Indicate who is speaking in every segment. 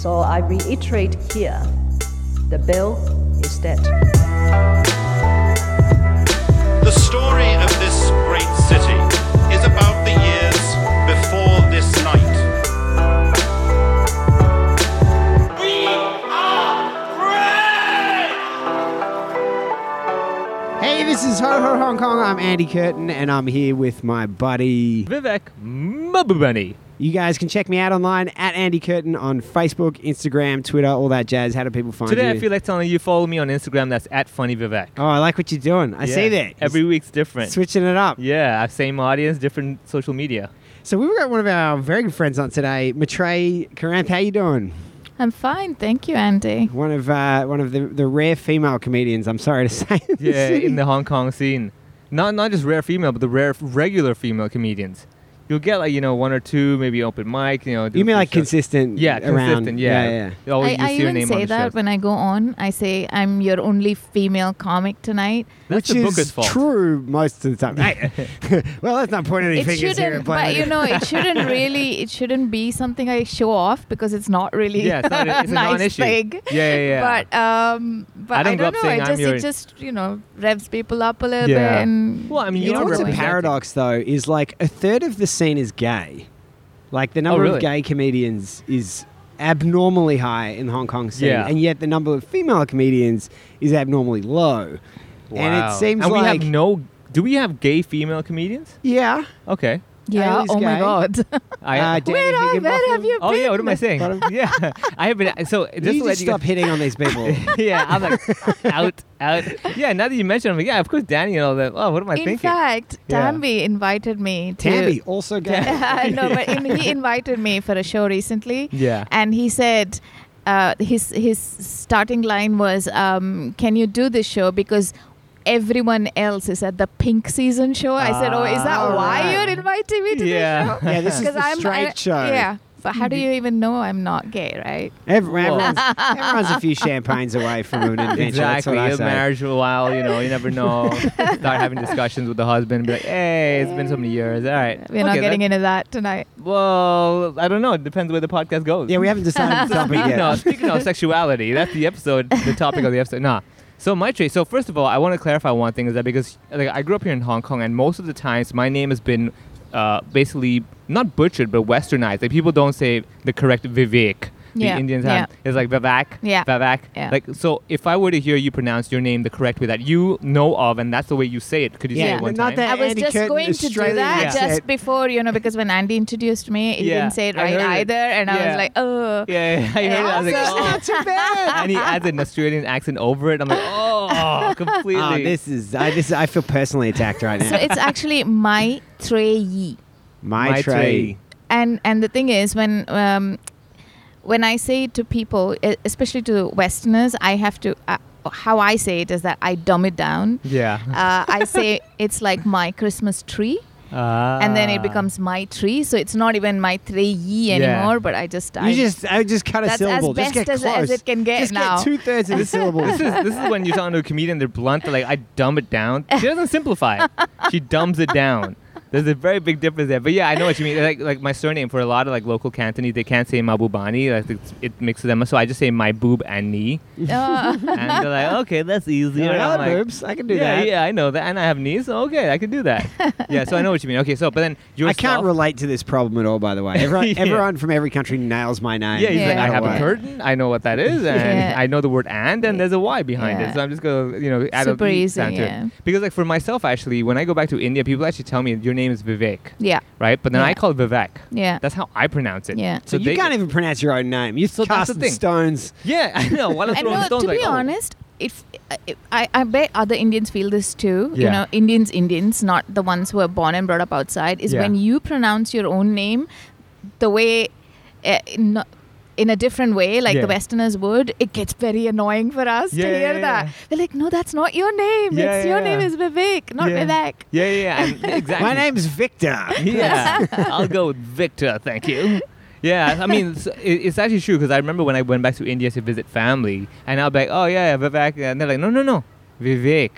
Speaker 1: So I reiterate here the bill is dead.
Speaker 2: The story of this great city is about the years before this night.
Speaker 3: Hey, this is Ho Ho Hong Kong. I'm Andy Curtin, and I'm here with my buddy.
Speaker 4: Vivek Mabubani.
Speaker 3: You guys can check me out online at Andy Curtin on Facebook, Instagram, Twitter, all that jazz. How do people find
Speaker 4: Today
Speaker 3: you?
Speaker 4: I feel like telling you follow me on Instagram. That's at Funny Vivek.
Speaker 3: oh, I like what you're doing. I
Speaker 4: Yeah.
Speaker 3: see that.
Speaker 4: Every week's different.
Speaker 3: switching it up.
Speaker 4: Yeah, same audience, different social media.
Speaker 3: So we've got one of our very good friends on today, Matrey Karanth. How you doing?
Speaker 5: I'm fine, thank you, Andy.
Speaker 3: One of uh, one of the, the rare female comedians. I'm sorry to say. in the
Speaker 4: Yeah,
Speaker 3: city.
Speaker 4: in the Hong Kong scene. Not not just rare female, but the rare f- regular female comedians. You'll get like you know one or two, maybe open mic. You know. do a
Speaker 3: you mean
Speaker 4: few
Speaker 3: like
Speaker 4: shows.
Speaker 3: consistent?
Speaker 4: Yeah,
Speaker 3: around.
Speaker 4: consistent. Yeah,
Speaker 3: yeah, yeah.
Speaker 4: You always
Speaker 5: I, I
Speaker 4: you see your
Speaker 5: even
Speaker 4: name on
Speaker 5: say
Speaker 4: the
Speaker 5: that
Speaker 4: shows.
Speaker 5: when I go on. I say I'm your only female comic tonight.
Speaker 4: That's
Speaker 3: Which
Speaker 4: the
Speaker 3: is
Speaker 4: booker's fault.
Speaker 3: true most of the time. Hey, well, let's not point any
Speaker 5: it
Speaker 3: fingers here.
Speaker 5: shouldn't,
Speaker 3: and
Speaker 5: but
Speaker 3: blame
Speaker 5: you
Speaker 3: it.
Speaker 5: know, it shouldn't really, it shouldn't be something I show off because it's not really
Speaker 4: Yeah, it's, not, a- it's a
Speaker 5: nice
Speaker 4: non-issue.
Speaker 5: thing.
Speaker 4: Yeah, yeah, yeah.
Speaker 5: But um, but
Speaker 4: I
Speaker 5: I
Speaker 4: don't
Speaker 5: don't,
Speaker 4: grow up
Speaker 5: know.
Speaker 4: saying
Speaker 5: It
Speaker 4: I'm
Speaker 5: just,
Speaker 4: your-
Speaker 5: it just you know revs people up a little
Speaker 4: Yeah.
Speaker 5: bit. And
Speaker 4: Well, I mean,
Speaker 3: You
Speaker 4: you're
Speaker 3: know
Speaker 4: not
Speaker 3: what's a
Speaker 4: represented.
Speaker 3: paradox though is like a third of the scene is gay. Like the number
Speaker 4: Oh, really?
Speaker 3: of gay comedians is abnormally high in the Hong Kong scene,
Speaker 4: Yeah.
Speaker 3: and yet the number of female comedians is abnormally low. And it
Speaker 4: Wow.
Speaker 3: seems
Speaker 4: and we
Speaker 3: like
Speaker 4: have no. Do we have gay female comedians?
Speaker 3: yeah,
Speaker 4: Okay.
Speaker 5: yeah.
Speaker 3: Ailey's
Speaker 5: Oh my
Speaker 3: gay.
Speaker 5: god.
Speaker 4: I,
Speaker 3: Uh, Danny
Speaker 5: Where are- where have
Speaker 3: Higginbotham.
Speaker 5: you
Speaker 4: Oh yeah, what am I
Speaker 3: But
Speaker 4: saying?
Speaker 3: I'm-
Speaker 4: yeah, I have been. So just
Speaker 3: You
Speaker 4: to
Speaker 3: just
Speaker 4: let
Speaker 3: stop
Speaker 4: you
Speaker 3: hitting on these people.
Speaker 4: guys, yeah, I'm like out, out. Yeah, now that you mention, it, I'm like, yeah, of course, Danny and all that. Oh, what am I
Speaker 5: In
Speaker 4: thinking?
Speaker 5: fact,
Speaker 4: Yeah.
Speaker 5: Tambi invited me to.
Speaker 3: Tammy also gay.
Speaker 5: no, but in, he invited me for a show recently.
Speaker 4: Yeah.
Speaker 5: and he said uh, his his starting line was, um, "Can you do this show because." Everyone else is at the pink season show. I said, "Oh, is that
Speaker 3: Ah,
Speaker 5: why
Speaker 3: right.
Speaker 5: you're inviting me to
Speaker 4: Yeah.
Speaker 5: this show?"
Speaker 3: Yeah, this is
Speaker 5: 'Cause
Speaker 3: the straight show.
Speaker 5: Yeah, but how do you even know I'm not gay, right?
Speaker 3: Every,
Speaker 4: Whoa.
Speaker 3: everyone's, everyone's a few champagnes away from an adventure. That's
Speaker 4: Exactly.
Speaker 3: what I
Speaker 4: A
Speaker 3: say.
Speaker 4: marriage for a while, you know, you never know. Start having discussions with the husband, be like, hey, it's been so many years. All right.
Speaker 5: We're not
Speaker 4: Okay,
Speaker 5: getting
Speaker 4: that-
Speaker 5: into that tonight.
Speaker 4: Well, I don't know. It depends where the podcast goes.
Speaker 3: Yeah, we haven't decided the topic
Speaker 4: Speaking
Speaker 3: yet.
Speaker 4: of, speaking of sexuality, that's the episode, the topic of the episode. Nah. So my trait. So first of all, I want to clarify one thing is that because like I grew up here in Hong Kong, and most of the times my name has been uh, basically not butchered but westernized. Like people don't say the correct Vivek. The
Speaker 5: Yeah,
Speaker 4: Indians have
Speaker 5: yeah.
Speaker 4: it's like Vivek,
Speaker 5: Yeah,
Speaker 4: Vivek.
Speaker 5: yeah.
Speaker 4: Like so, if I were to hear you pronounce your name the correct way that you know of, and that's the way you say it, could you say
Speaker 3: Yeah,
Speaker 4: it one
Speaker 3: not
Speaker 4: time?
Speaker 3: that
Speaker 5: I was
Speaker 3: Andy
Speaker 5: just
Speaker 3: Curtin
Speaker 5: going to do
Speaker 3: Australian
Speaker 5: that
Speaker 3: accent.
Speaker 5: just before, you know, because when Andy introduced me, he
Speaker 4: Yeah,
Speaker 5: didn't say it
Speaker 4: I
Speaker 5: right
Speaker 4: heard it.
Speaker 5: either, and I
Speaker 4: Yeah.
Speaker 5: was like, "Oh,
Speaker 4: Yeah, yeah, I heard it. I was like,
Speaker 5: Also-
Speaker 4: oh.
Speaker 3: Not too bad.
Speaker 4: and he adds an Australian accent over it. I'm like, oh, completely.
Speaker 3: Oh, this is I, this I feel personally attacked right now.
Speaker 5: So it's actually my tray.
Speaker 3: my, tray.
Speaker 4: My tray.
Speaker 5: And and the thing is when um, when I say to people, e- especially to Westerners, I have to uh, how I say it is that I dumb it down.
Speaker 4: yeah.
Speaker 5: Uh, I say it's like my Christmas tree,
Speaker 4: Ah.
Speaker 5: and then
Speaker 3: Ah.
Speaker 5: it becomes my tree. So it's not even my tray anymore, but I just I,
Speaker 3: You just I just cut a
Speaker 5: That's as
Speaker 3: syllable. just
Speaker 5: best
Speaker 3: get
Speaker 5: as-
Speaker 3: close.
Speaker 5: as it can get
Speaker 3: just
Speaker 5: now.
Speaker 3: get two thirds of the syllables.
Speaker 4: This is, this is when you're talking to a comedian, they're blunt, they're like, I dumb it down. She doesn't simplify it. She dumbs it down. There's a very big difference there. But yeah, I know what you mean. Like, like my surname for a lot of like local Cantonese, they can't say Mabubani. Like it's, it mixes them up. So I just say my boob and knee.
Speaker 5: Uh,
Speaker 4: And they're like, okay, that's easy.
Speaker 3: You're
Speaker 4: And
Speaker 3: like,
Speaker 4: I'm
Speaker 3: "Oh,
Speaker 4: like,
Speaker 3: boobs, I can do
Speaker 4: yeah,
Speaker 3: that.
Speaker 4: yeah, I know that. And I have knees. So okay, I can do that. yeah, so I know what you mean. Okay, so, but then
Speaker 3: I
Speaker 4: yourself.
Speaker 3: can't relate to this problem at all. By the way, everyone,
Speaker 4: Yeah.
Speaker 3: everyone from every country nails my name.
Speaker 4: Yeah, he's
Speaker 5: Yeah.
Speaker 4: like, I
Speaker 3: No
Speaker 4: have a
Speaker 3: matter
Speaker 5: Yeah.
Speaker 3: what.
Speaker 4: curtain. I know what that is, and
Speaker 5: Yeah.
Speaker 4: I know the word and, and there's a Y behind
Speaker 5: Yeah.
Speaker 4: it. So I'm just gonna, you know, add
Speaker 5: Super
Speaker 4: a
Speaker 5: easy,
Speaker 4: sound to it.
Speaker 5: yeah.
Speaker 4: Because like for myself, actually, when I go back to India, people actually tell me your name is Vivek,
Speaker 5: yeah,
Speaker 4: right? But then I
Speaker 5: Yeah.
Speaker 4: call it Vivek.
Speaker 5: yeah,
Speaker 4: That's how I pronounce it.
Speaker 5: yeah.
Speaker 3: So you
Speaker 4: they-
Speaker 3: can't even pronounce your own name. You
Speaker 4: So that's the
Speaker 3: cast
Speaker 4: thing.
Speaker 3: stones.
Speaker 4: Yeah, I know. While I'm
Speaker 5: and
Speaker 4: throwing
Speaker 5: no,
Speaker 4: stones,
Speaker 5: to
Speaker 4: like,
Speaker 5: be
Speaker 4: oh.
Speaker 5: honest, if eh, I, I bet other Indians feel this too. You
Speaker 4: Yeah.
Speaker 5: know, Indians, Indians, not the ones who are born and brought up outside. Is
Speaker 4: Yeah.
Speaker 5: when you pronounce your own name, the way, uh, no- in a different way, like
Speaker 4: Yeah.
Speaker 5: the Westerners would, it gets very annoying for us
Speaker 4: Yeah,
Speaker 5: to hear
Speaker 4: yeah,
Speaker 5: that.
Speaker 4: yeah.
Speaker 5: They're like, no, that's not your name.
Speaker 4: Yeah,
Speaker 5: it's your
Speaker 4: yeah.
Speaker 5: name is Vivek, not
Speaker 4: Yeah.
Speaker 5: Vivek.
Speaker 4: Yeah, yeah, yeah, and- exactly.
Speaker 3: My name's Victor.
Speaker 4: Yeah, I'll go with Victor. Thank you. Yeah, I mean, it's, it- it's actually true because I remember when I went back to India to visit family, and I'll be like, "Oh yeah, yeah, Vivek," and they're like, "No, no, no, Vivek."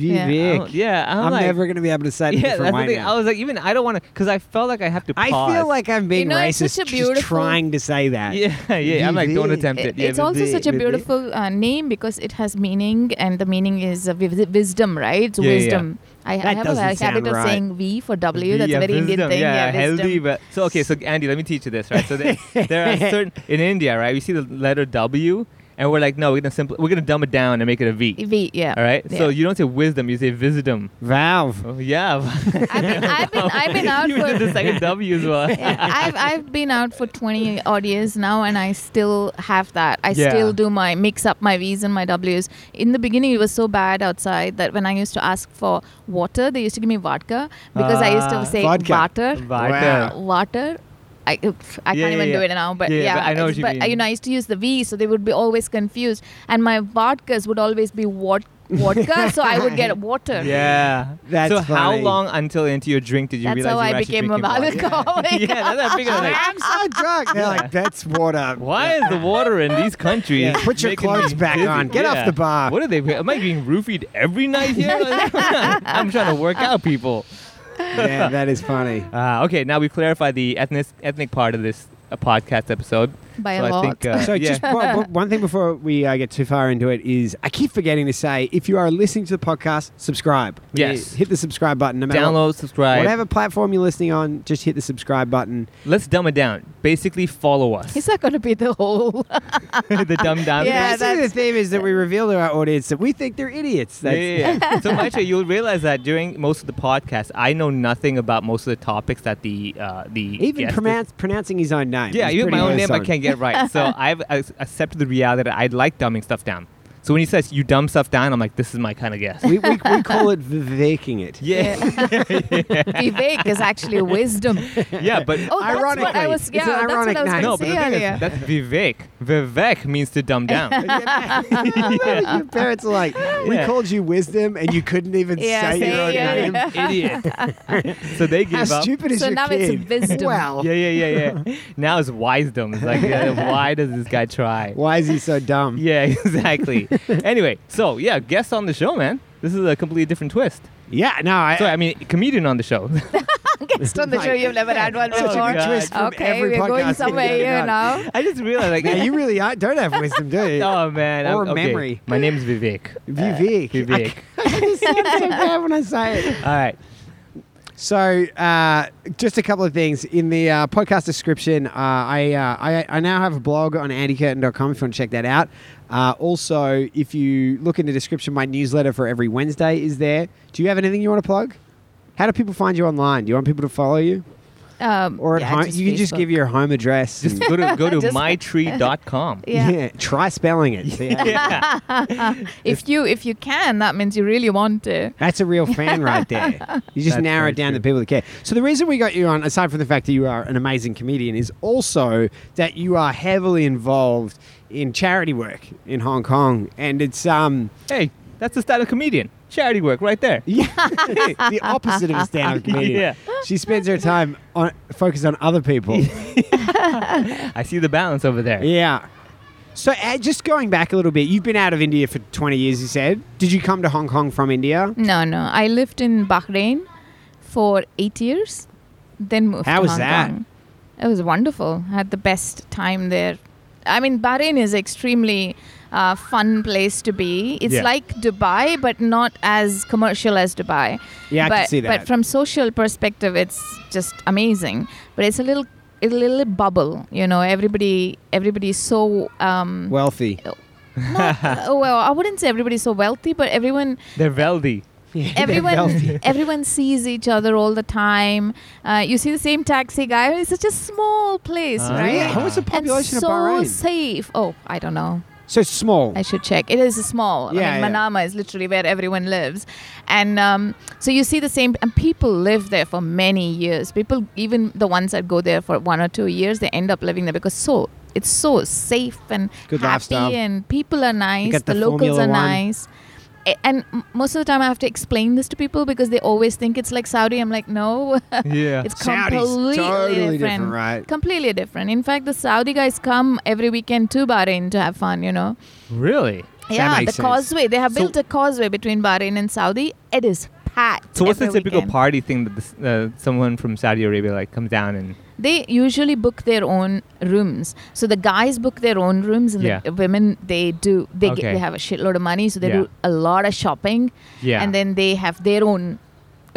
Speaker 5: Yeah.
Speaker 3: Vivek.
Speaker 4: I don't- yeah, I'm,
Speaker 3: I'm
Speaker 4: like,
Speaker 3: never going to be able to say it in a
Speaker 4: Yeah,
Speaker 3: different
Speaker 4: that's the
Speaker 3: way
Speaker 4: thing.
Speaker 3: now.
Speaker 4: I was like, even I don't want to, because I felt like I have to.
Speaker 3: I
Speaker 4: Pause.
Speaker 3: feel like I'm being
Speaker 5: know, it's
Speaker 3: racist
Speaker 5: such a
Speaker 3: just
Speaker 5: beautiful-
Speaker 3: trying to say that.
Speaker 4: Yeah, yeah. I'm like, don't
Speaker 3: Vivek.
Speaker 4: attempt it.
Speaker 5: It-
Speaker 4: Yeah,
Speaker 5: it's also
Speaker 3: Vivek,
Speaker 5: such a
Speaker 3: Vivek.
Speaker 5: beautiful uh, name because it has meaning, and the meaning is uh, vis- wisdom, right? It's
Speaker 4: Yeah, yeah, yeah.
Speaker 5: wisdom. I, I
Speaker 3: That
Speaker 5: have
Speaker 3: doesn't
Speaker 5: a
Speaker 3: sound
Speaker 5: habit of
Speaker 3: right.
Speaker 5: saying V for W. That's
Speaker 4: Yeah,
Speaker 5: a very Indian
Speaker 4: wisdom.
Speaker 5: thing.
Speaker 4: Yeah,
Speaker 5: wisdom.
Speaker 4: healthy. But so okay, so Andy, let me teach you this, right? So there, there are certain in India, right? We see the letter W, and we're like, no, we're gonna simple, we're gonna dumb it down and make it a V.
Speaker 5: V, yeah.
Speaker 4: All right. So
Speaker 5: yeah.
Speaker 4: you don't say wisdom, you say wisdom.
Speaker 3: Valve.
Speaker 4: Oh, yeah.
Speaker 5: I've been, I've been, I've been out
Speaker 4: you did the
Speaker 5: for.
Speaker 4: second W as well.
Speaker 5: Yeah, I've, I've been out for 20 odd years now and I still have that. I
Speaker 4: Yeah.
Speaker 5: still do my mix up my V's and my W's. In the beginning, it was so bad outside that when I used to ask for water, they used to give me vodka because I used
Speaker 4: Ah.
Speaker 5: to say
Speaker 3: Vodka.
Speaker 5: water.
Speaker 4: Vodka.
Speaker 5: uh, water. I, oof,
Speaker 4: Yeah,
Speaker 5: I can't
Speaker 4: yeah,
Speaker 5: even do
Speaker 4: yeah.
Speaker 5: it now, but
Speaker 4: Yeah,
Speaker 5: yeah,
Speaker 4: yeah, but I know what you
Speaker 5: but, uh,
Speaker 4: mean.
Speaker 5: know, I used to use the V, so they would be always confused, and my vodkas would always be wod- vodka, so I would get water.
Speaker 4: Yeah.
Speaker 3: That's
Speaker 4: so how
Speaker 3: funny.
Speaker 4: long until into your drink did you
Speaker 5: That's
Speaker 4: realize you
Speaker 5: how
Speaker 4: were
Speaker 5: I
Speaker 4: actually
Speaker 5: became a
Speaker 4: drinking vodka?
Speaker 5: alcoholic.
Speaker 4: yeah, that's what I figured. I was Like,
Speaker 3: I'm so drunk. They're like, that's water.
Speaker 4: why is the water in these countries?
Speaker 3: Yeah, put your
Speaker 4: making
Speaker 3: clothes
Speaker 4: me
Speaker 3: back
Speaker 4: dizzy?
Speaker 3: on. Get off the bar.
Speaker 4: What are they? Am I being roofied every night here? I'm trying to work out people.
Speaker 3: yeah, that is funny.
Speaker 4: Uh, okay, now we clarify the ethnic ethnic part of this uh, podcast episode.
Speaker 5: By
Speaker 4: so
Speaker 5: a
Speaker 4: I
Speaker 5: lot.
Speaker 4: think, uh,
Speaker 3: So
Speaker 4: yeah.
Speaker 3: just one- one- one thing before we uh, get too far into it is I keep forgetting to say if you are listening to the podcast, subscribe.
Speaker 4: Yes.
Speaker 3: Yeah, Hit the subscribe button. No matter what-
Speaker 4: download, subscribe.
Speaker 3: Whatever platform you're listening on, just hit the subscribe button.
Speaker 4: Let's dumb it down. Basically, follow us.
Speaker 5: Is that going to be the whole?
Speaker 4: the dumb down.
Speaker 5: Yeah,
Speaker 3: Basically, the
Speaker 5: that's-
Speaker 3: theme is that we reveal to our audience that we think they're idiots.
Speaker 4: Yeah,
Speaker 3: That's,
Speaker 4: yeah, yeah. so Maitra, you'll realize that during most of the podcast, I know nothing about most of the topics that the uh, the
Speaker 3: Even
Speaker 4: guest is-
Speaker 3: pronounce, pronouncing his own name.
Speaker 4: Yeah,
Speaker 3: is
Speaker 4: even
Speaker 3: pretty
Speaker 4: my own name I
Speaker 3: awesome.
Speaker 4: can't get right. So I've uh, accepted the reality that I like dumbing stuff down. So when he says you dumb stuff down, I'm like, this is my kind of guess.
Speaker 3: We, we, we call it viveking it.
Speaker 4: Yeah,
Speaker 5: Vivek is actually wisdom.
Speaker 4: yeah, but
Speaker 5: Oh, that's what
Speaker 3: Ironically,
Speaker 5: I was.
Speaker 3: it's
Speaker 5: Yeah,
Speaker 3: an
Speaker 5: that's
Speaker 3: ironic
Speaker 5: what I was
Speaker 3: name.
Speaker 5: going
Speaker 4: no,
Speaker 5: to
Speaker 4: but
Speaker 5: say
Speaker 4: the thing
Speaker 5: earlier.
Speaker 4: is, that's Vivek. Vivek means to dumb down.
Speaker 3: Your parents are like, we
Speaker 4: Yeah.
Speaker 3: called you wisdom and you couldn't even
Speaker 5: Yeah,
Speaker 3: say your
Speaker 5: say
Speaker 3: own name.
Speaker 5: your name.
Speaker 4: Idiot. so they
Speaker 3: How
Speaker 4: give up.
Speaker 3: stupid is
Speaker 5: So
Speaker 3: your
Speaker 5: now it's
Speaker 3: kid?
Speaker 5: wisdom.
Speaker 3: Wow.
Speaker 4: Yeah, yeah, yeah, yeah. now it's wisdom. It's like, yeah, why does this guy try?
Speaker 3: Why is he so dumb?
Speaker 4: Yeah, exactly. anyway, so yeah, guest on the show, man. This is a completely different twist.
Speaker 3: Yeah, no, I,
Speaker 4: So I mean, comedian on the show.
Speaker 5: Guest on the show, you've never had one
Speaker 4: Such a good
Speaker 5: before.
Speaker 4: twist
Speaker 3: from
Speaker 5: okay,
Speaker 3: every
Speaker 5: we're
Speaker 3: podcast
Speaker 5: going
Speaker 3: we've
Speaker 5: somewhere
Speaker 3: ever done.
Speaker 5: here now.
Speaker 4: I just realized, like,
Speaker 3: yeah, you really are, don't have wisdom, do you?
Speaker 4: oh man,
Speaker 3: Or
Speaker 4: I'm, okay.
Speaker 3: memory.
Speaker 4: My name's Vivek.
Speaker 3: Vivek.
Speaker 4: Vivek.
Speaker 3: It sounds so bad when I say it.
Speaker 4: All right.
Speaker 3: So, uh, just a couple of things in the uh, podcast description. Uh, I, uh, I I now have a blog on andycurtain.com if you want to check that out. Uh, also, if you look in the description, my newsletter for every Wednesday is there. Do you have anything you want to plug? How do people find you online? Do you want people to follow you,
Speaker 5: Um,
Speaker 3: or at
Speaker 5: yeah,
Speaker 3: home?
Speaker 5: just
Speaker 3: You can just
Speaker 5: Facebook.
Speaker 3: give your home address.
Speaker 4: Just
Speaker 3: and-
Speaker 4: go to go to
Speaker 5: Just-
Speaker 4: mytree.com.
Speaker 5: Yeah.
Speaker 3: Try spelling it. See how-
Speaker 4: Yeah.
Speaker 5: If you if you can, that means you really want to.
Speaker 3: That's a real fan right there. You just
Speaker 4: That's
Speaker 3: narrow
Speaker 4: very
Speaker 3: it down to
Speaker 4: true.
Speaker 3: people that care. So the reason we got you on, aside from the fact that you are an amazing comedian, is also that you are heavily involved in charity work in Hong Kong, and it's um
Speaker 4: Hey, that's the style of comedian. Charity work right there.
Speaker 3: yeah, the opposite of a stand-up comedian.
Speaker 4: Yeah.
Speaker 3: She spends her time on focused on other people.
Speaker 4: I see the balance over there.
Speaker 3: yeah. So uh, just going back a little bit, you've been out of India for 20 years. You said. Did you come to Hong Kong from India?
Speaker 5: No, no. I lived in Bahrain for eight years, then moved.
Speaker 3: How
Speaker 5: to
Speaker 3: was
Speaker 5: Hong
Speaker 3: that?
Speaker 5: Kong. It was wonderful. I had the best time there. I mean, Bahrain is extremely uh, fun place to be. It's
Speaker 4: Yeah.
Speaker 5: like Dubai, but not as commercial as Dubai.
Speaker 3: Yeah, I
Speaker 5: but,
Speaker 3: can see that.
Speaker 5: But from social perspective, it's just amazing. But it's a little, a little bubble. You know, everybody, everybody's so. Um,
Speaker 3: Wealthy.
Speaker 5: not, uh, well, I wouldn't say everybody's so wealthy, but everyone
Speaker 4: They're veldy.
Speaker 3: Yeah, they're wealthy.
Speaker 5: everyone everyone sees each other all the time. Uh, you see the same taxi guy. It's such a small place,
Speaker 4: Ah.
Speaker 5: right?
Speaker 3: Really? How was the population
Speaker 5: and so
Speaker 3: of Bahrain?
Speaker 5: safe. Oh, I don't know.
Speaker 3: so small.
Speaker 5: I should check. It is small.
Speaker 3: Yeah,
Speaker 5: I
Speaker 3: yeah.
Speaker 5: mean, Manama is literally where everyone lives, and um, so you see the same. And people live there for many years. People, even the ones that go there for one or two years, they end up living there because so it's so safe and
Speaker 3: Good
Speaker 5: happy,
Speaker 3: lifestyle.
Speaker 5: and people are nice.
Speaker 3: got the
Speaker 5: locals
Speaker 3: Formula
Speaker 5: are
Speaker 3: One.
Speaker 5: nice. A- And m- most of the time, I have to explain this to people because they always think it's like Saudi. I'm like, no,
Speaker 4: Yeah.
Speaker 3: Saudi's
Speaker 5: it's completely
Speaker 3: totally different,
Speaker 5: different.
Speaker 3: right?
Speaker 5: Completely different. In fact, the Saudi guys come every weekend to Bahrain to have fun. You know.
Speaker 4: really?
Speaker 5: yeah, the
Speaker 3: makes sense.
Speaker 5: causeway. They have
Speaker 4: So-
Speaker 5: built a causeway between Bahrain and Saudi. It is packed.
Speaker 4: So what's the
Speaker 5: every
Speaker 4: typical
Speaker 5: weekend.
Speaker 4: party thing that this, uh, someone from Saudi Arabia like comes down and
Speaker 5: They usually book their own rooms. So the guys book their own rooms, and
Speaker 4: Yeah.
Speaker 5: the women they do. They
Speaker 4: Okay.
Speaker 5: get, they have a shitload of money, so they
Speaker 4: Yeah.
Speaker 5: do a lot of shopping,
Speaker 4: yeah
Speaker 5: and then they have their own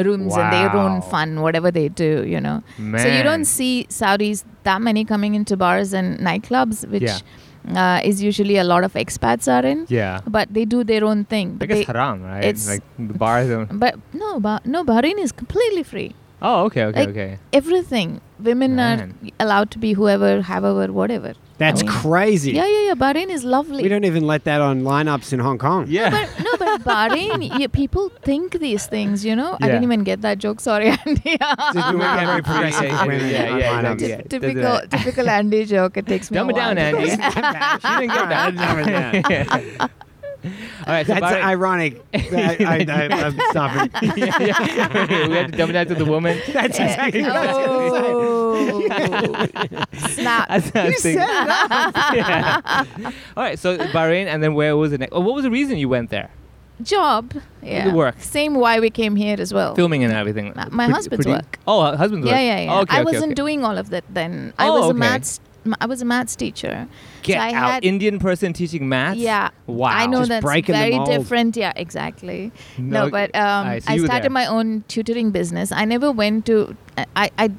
Speaker 5: rooms and their own
Speaker 4: Wow.
Speaker 5: fun, whatever they do. You know. So you
Speaker 4: Man.
Speaker 5: don't see Saudis that many coming into bars and nightclubs, which uh, is usually a lot of expats are in.
Speaker 4: yeah
Speaker 5: But they do their own thing.
Speaker 4: I
Speaker 5: But
Speaker 4: guess
Speaker 5: they,
Speaker 4: haram right
Speaker 5: it's-
Speaker 4: like the bars and
Speaker 5: But no, bah- no, Bahrain is completely free.
Speaker 4: oh okay okay
Speaker 5: Like-
Speaker 4: okay
Speaker 5: Everything. Women
Speaker 4: Man.
Speaker 5: are allowed to be whoever, however, whatever.
Speaker 3: That's
Speaker 5: I mean-
Speaker 3: crazy.
Speaker 5: Yeah, yeah, yeah. Bahrain is lovely.
Speaker 3: We don't even let that on lineups in Hong Kong.
Speaker 4: yeah
Speaker 5: but no, but Bahrain, yeah, people think these things, you know. I
Speaker 4: Yeah.
Speaker 5: didn't even get that joke. Sorry, Andy.
Speaker 3: Just women get very progressive
Speaker 4: Yeah,
Speaker 3: women
Speaker 4: yeah,
Speaker 3: on
Speaker 4: yeah,
Speaker 3: lineups.
Speaker 4: yeah. does
Speaker 5: typical,
Speaker 4: that.
Speaker 5: typical Andy joke. It takes me.
Speaker 4: dumb
Speaker 5: a
Speaker 4: it down
Speaker 5: while to-
Speaker 4: Andy
Speaker 3: she didn't get that.
Speaker 4: all right so
Speaker 3: That's
Speaker 4: Bahrain-
Speaker 3: ironic. I, I, I, I'm stopping.
Speaker 4: yeah, yeah. we had to dumb it down to the woman
Speaker 3: That's exactly what I was gonna say.
Speaker 5: Oh, snap!
Speaker 4: That's what I was
Speaker 3: You
Speaker 4: thinking.
Speaker 3: said that.
Speaker 4: Yeah. all right so Bahrain and then where was the next oh, what was the reason you went there
Speaker 5: Job. Yeah.
Speaker 4: work.
Speaker 5: Same why we came here as well.
Speaker 4: filming and everything
Speaker 5: Uh, My- my husband's work.
Speaker 4: oh her husband's
Speaker 5: Yeah,
Speaker 4: work
Speaker 5: yeah, yeah.
Speaker 4: Oh, okay,
Speaker 5: I
Speaker 4: okay,
Speaker 5: wasn't
Speaker 4: okay.
Speaker 5: doing all of that then. I
Speaker 4: Oh,
Speaker 5: was
Speaker 4: okay.
Speaker 5: a maths. m- I was a maths teacher.
Speaker 4: Get
Speaker 5: so I
Speaker 4: out.
Speaker 5: Had,
Speaker 4: Indian person teaching maths?
Speaker 5: Yeah.
Speaker 4: Wow.
Speaker 5: I know
Speaker 3: Just
Speaker 5: that's
Speaker 3: breaking the
Speaker 5: very
Speaker 3: mold.
Speaker 5: different. Yeah, exactly. No,
Speaker 4: No,
Speaker 5: but um,
Speaker 4: I
Speaker 5: I,
Speaker 4: see you
Speaker 5: started
Speaker 4: there.
Speaker 5: my own tutoring business. I never went to. I, I, I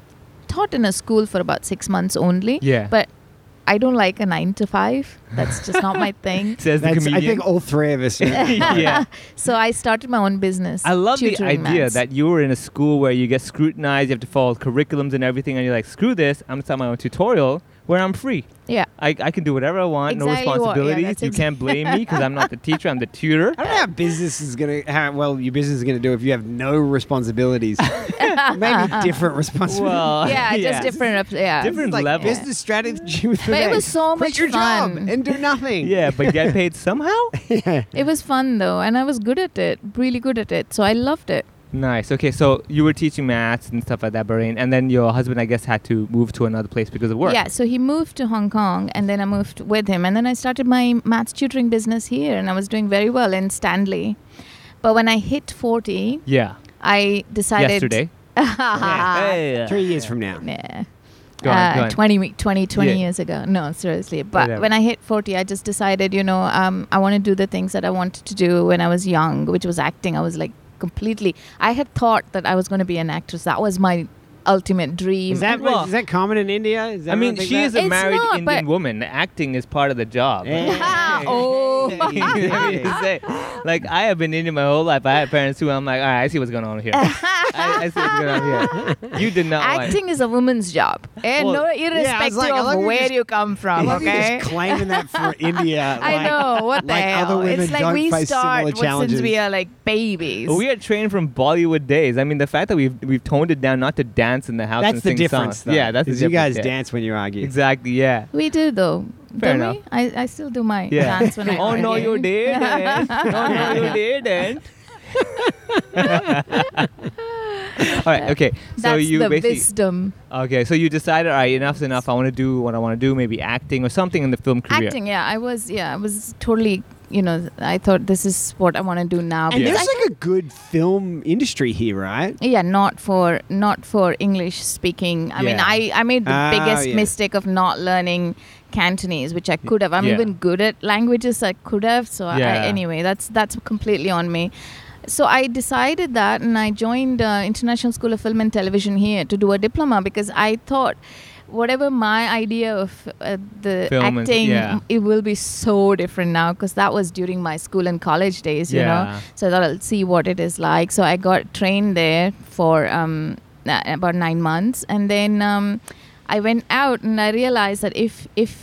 Speaker 5: taught in a school for about six months only.
Speaker 4: Yeah.
Speaker 5: But I don't like a nine to five. That's just not my thing.
Speaker 4: Says the
Speaker 3: That's, I
Speaker 4: comedian.
Speaker 3: think all three of us. yeah.
Speaker 4: yeah.
Speaker 5: So I started my own business.
Speaker 4: I love the
Speaker 5: tutoring
Speaker 4: idea
Speaker 5: maths.
Speaker 4: that you were in a school where you get scrutinized, you have to follow curriculums and everything, and you're like, screw this, I'm gonna start my own tutorial where I'm free.
Speaker 5: Yeah.
Speaker 4: I, I can do whatever I want,
Speaker 5: Exactly
Speaker 4: no
Speaker 5: what- yeah,
Speaker 4: responsibilities.
Speaker 5: that's
Speaker 4: you
Speaker 5: ex-
Speaker 4: can't blame me because I'm not the teacher, I'm the tutor.
Speaker 3: I don't know how business is gonna how well your business is gonna do if you have no responsibilities. Maybe different responsibilities.
Speaker 4: Well,
Speaker 5: Yeah, just different. Yeah.
Speaker 4: Oh, Different
Speaker 3: like
Speaker 4: level.
Speaker 3: business strategy. With
Speaker 5: But it
Speaker 3: an
Speaker 5: was
Speaker 3: A.
Speaker 5: so
Speaker 3: Quit
Speaker 5: much
Speaker 3: your
Speaker 5: fun.
Speaker 3: job and do nothing.
Speaker 4: Yeah, but get paid somehow?
Speaker 5: It was fun though, and I was good at it, really good at it. So I loved it.
Speaker 4: Nice. Okay, so you were teaching maths and stuff like that, Bahrain, and then your husband, I guess, had to move to another place because of work.
Speaker 5: Yeah. So he moved to Hong Kong, and then I moved with him, and then I started my maths tutoring business here, and I was doing very well in Stanley. But when I hit forty,
Speaker 4: Yeah.
Speaker 5: I decided
Speaker 4: Yesterday. Yeah.
Speaker 3: Three years from now.
Speaker 5: Yeah.
Speaker 4: Go on,
Speaker 5: uh,
Speaker 4: go on.
Speaker 5: 20, we- 20, 20
Speaker 4: Yeah.
Speaker 5: years ago. No, seriously. But
Speaker 4: Whatever.
Speaker 5: when I hit 40, I just decided, you know, um, I want to do the things that I wanted to do when I was young, which was acting. I was like completely, I had thought that I was going to be an actress. That was my ultimate dream.
Speaker 3: Is that
Speaker 4: Well-
Speaker 3: is that common in India? Is
Speaker 4: I mean, she is
Speaker 3: is
Speaker 4: a
Speaker 5: It's
Speaker 4: married
Speaker 5: not,
Speaker 4: Indian
Speaker 5: but-
Speaker 4: woman. Acting is part of the job.
Speaker 5: oh.
Speaker 4: Say, like I have been Indian my whole life. I had parents who I'm like, all right, I see what's going on here. I, I see what's going on here. You did not
Speaker 5: Acting is a woman's job. And
Speaker 4: Well,
Speaker 5: no,
Speaker 3: yeah, I was
Speaker 5: irrespective
Speaker 3: like, I love
Speaker 5: of
Speaker 3: you
Speaker 5: where
Speaker 3: just-
Speaker 5: you come from,
Speaker 3: Love you
Speaker 5: okay?
Speaker 3: just claiming that for India.
Speaker 5: I
Speaker 3: like-
Speaker 5: know what the
Speaker 3: like
Speaker 5: hell.
Speaker 3: other women
Speaker 5: it's like
Speaker 3: don't
Speaker 5: we
Speaker 3: face similar
Speaker 5: start with-
Speaker 3: challenges.
Speaker 5: since we are like babies.
Speaker 4: want. We are trained from Bollywood days. I mean, the fact that we've we've toned it down not to dance in the house.
Speaker 3: That's
Speaker 4: and
Speaker 3: the
Speaker 4: sing
Speaker 3: difference,
Speaker 4: songs.
Speaker 3: though.
Speaker 4: Yeah, that's the
Speaker 3: is you guys
Speaker 4: difference, yeah.
Speaker 3: dance when you argue.
Speaker 4: Exactly. Yeah.
Speaker 5: We do though.
Speaker 4: Fair
Speaker 5: don't
Speaker 4: enough.
Speaker 5: we? I, I still do my
Speaker 4: Yeah.
Speaker 5: dance when I
Speaker 4: oh no,
Speaker 5: argue.
Speaker 4: you didn't. oh no, you didn't. All right. Okay.
Speaker 5: That's
Speaker 4: so you
Speaker 5: the
Speaker 4: basically
Speaker 5: wisdom.
Speaker 4: okay. So you decided, all right, enough's enough. I want to do what I want to do. Maybe acting or something in the film career.
Speaker 5: Acting, yeah. I was yeah, I was totally you know, I thought this is what I want to do now.
Speaker 3: And
Speaker 5: because
Speaker 3: there's
Speaker 5: I-
Speaker 3: like a good film industry here, right?
Speaker 5: yeah, not for not for English speaking. I mean,
Speaker 4: Yeah.
Speaker 5: I I made the
Speaker 3: Ah,
Speaker 5: biggest
Speaker 3: yeah.
Speaker 5: mistake of not learning Cantonese, which I could have. I'm
Speaker 4: Yeah.
Speaker 5: even good at languages. I could have. So
Speaker 4: Yeah.
Speaker 5: I, anyway, that's that's completely on me. So I decided that, and I joined uh, International School of Film and Television here to do a diploma because I thought. Whatever my idea of uh, the
Speaker 4: Film and-
Speaker 5: acting,
Speaker 4: yeah.
Speaker 5: it will be so different now because that was during my school and college days, you
Speaker 4: Yeah.
Speaker 5: know. So I thought I'll see what it is like. So I got trained there for um, uh, about nine months, and then um, I went out and I realized that if if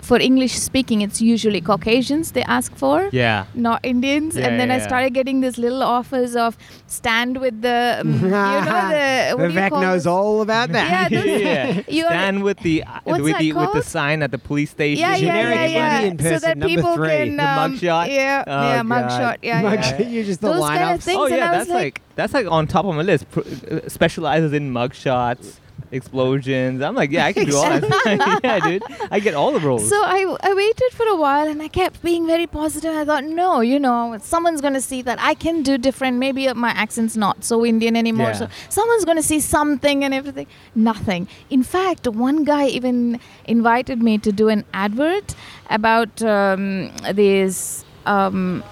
Speaker 5: for English speaking, it's usually Caucasians they ask for.
Speaker 4: Yeah.
Speaker 5: Not Indians,
Speaker 4: Yeah,
Speaker 5: and then
Speaker 4: yeah,
Speaker 5: I
Speaker 4: yeah.
Speaker 5: started getting this little offers of stand with the, um, you know, the what do you
Speaker 3: Vivek
Speaker 5: call
Speaker 3: knows
Speaker 5: this?
Speaker 3: all about that.
Speaker 5: Yeah, those-
Speaker 4: yeah.
Speaker 5: you are-
Speaker 4: Stand with the uh,
Speaker 5: What's
Speaker 4: with
Speaker 5: that
Speaker 4: the with the
Speaker 5: called?
Speaker 4: sign at the police station.
Speaker 5: yeah,
Speaker 3: generic
Speaker 5: yeah, yeah, yeah.
Speaker 3: Indian person,
Speaker 5: so that
Speaker 3: number
Speaker 5: people
Speaker 3: three.
Speaker 5: can
Speaker 4: The
Speaker 5: um,
Speaker 4: mugshot?
Speaker 5: Yeah,
Speaker 4: Oh,
Speaker 5: yeah,
Speaker 4: God.
Speaker 5: mugshot. Yeah,
Speaker 3: Mug-
Speaker 5: yeah.
Speaker 3: You're just the
Speaker 5: Those kind of
Speaker 3: lineups.
Speaker 5: things
Speaker 4: Oh
Speaker 5: and
Speaker 4: yeah,
Speaker 5: I was
Speaker 4: that's
Speaker 5: like-
Speaker 4: like that's like on top of my list. Pr- uh, specializes in mugshots, explosions. I'm like, yeah, I can do all that. yeah, dude, I get all the roles.
Speaker 5: So I, I waited for a while and I kept being very positive. I thought, no, you know, someone's going to see that I can do different. Maybe my accent's not so Indian anymore.
Speaker 4: Yeah.
Speaker 5: So someone's going to see something and everything. Nothing. In fact, one guy even invited me to do an advert about um, these. Um,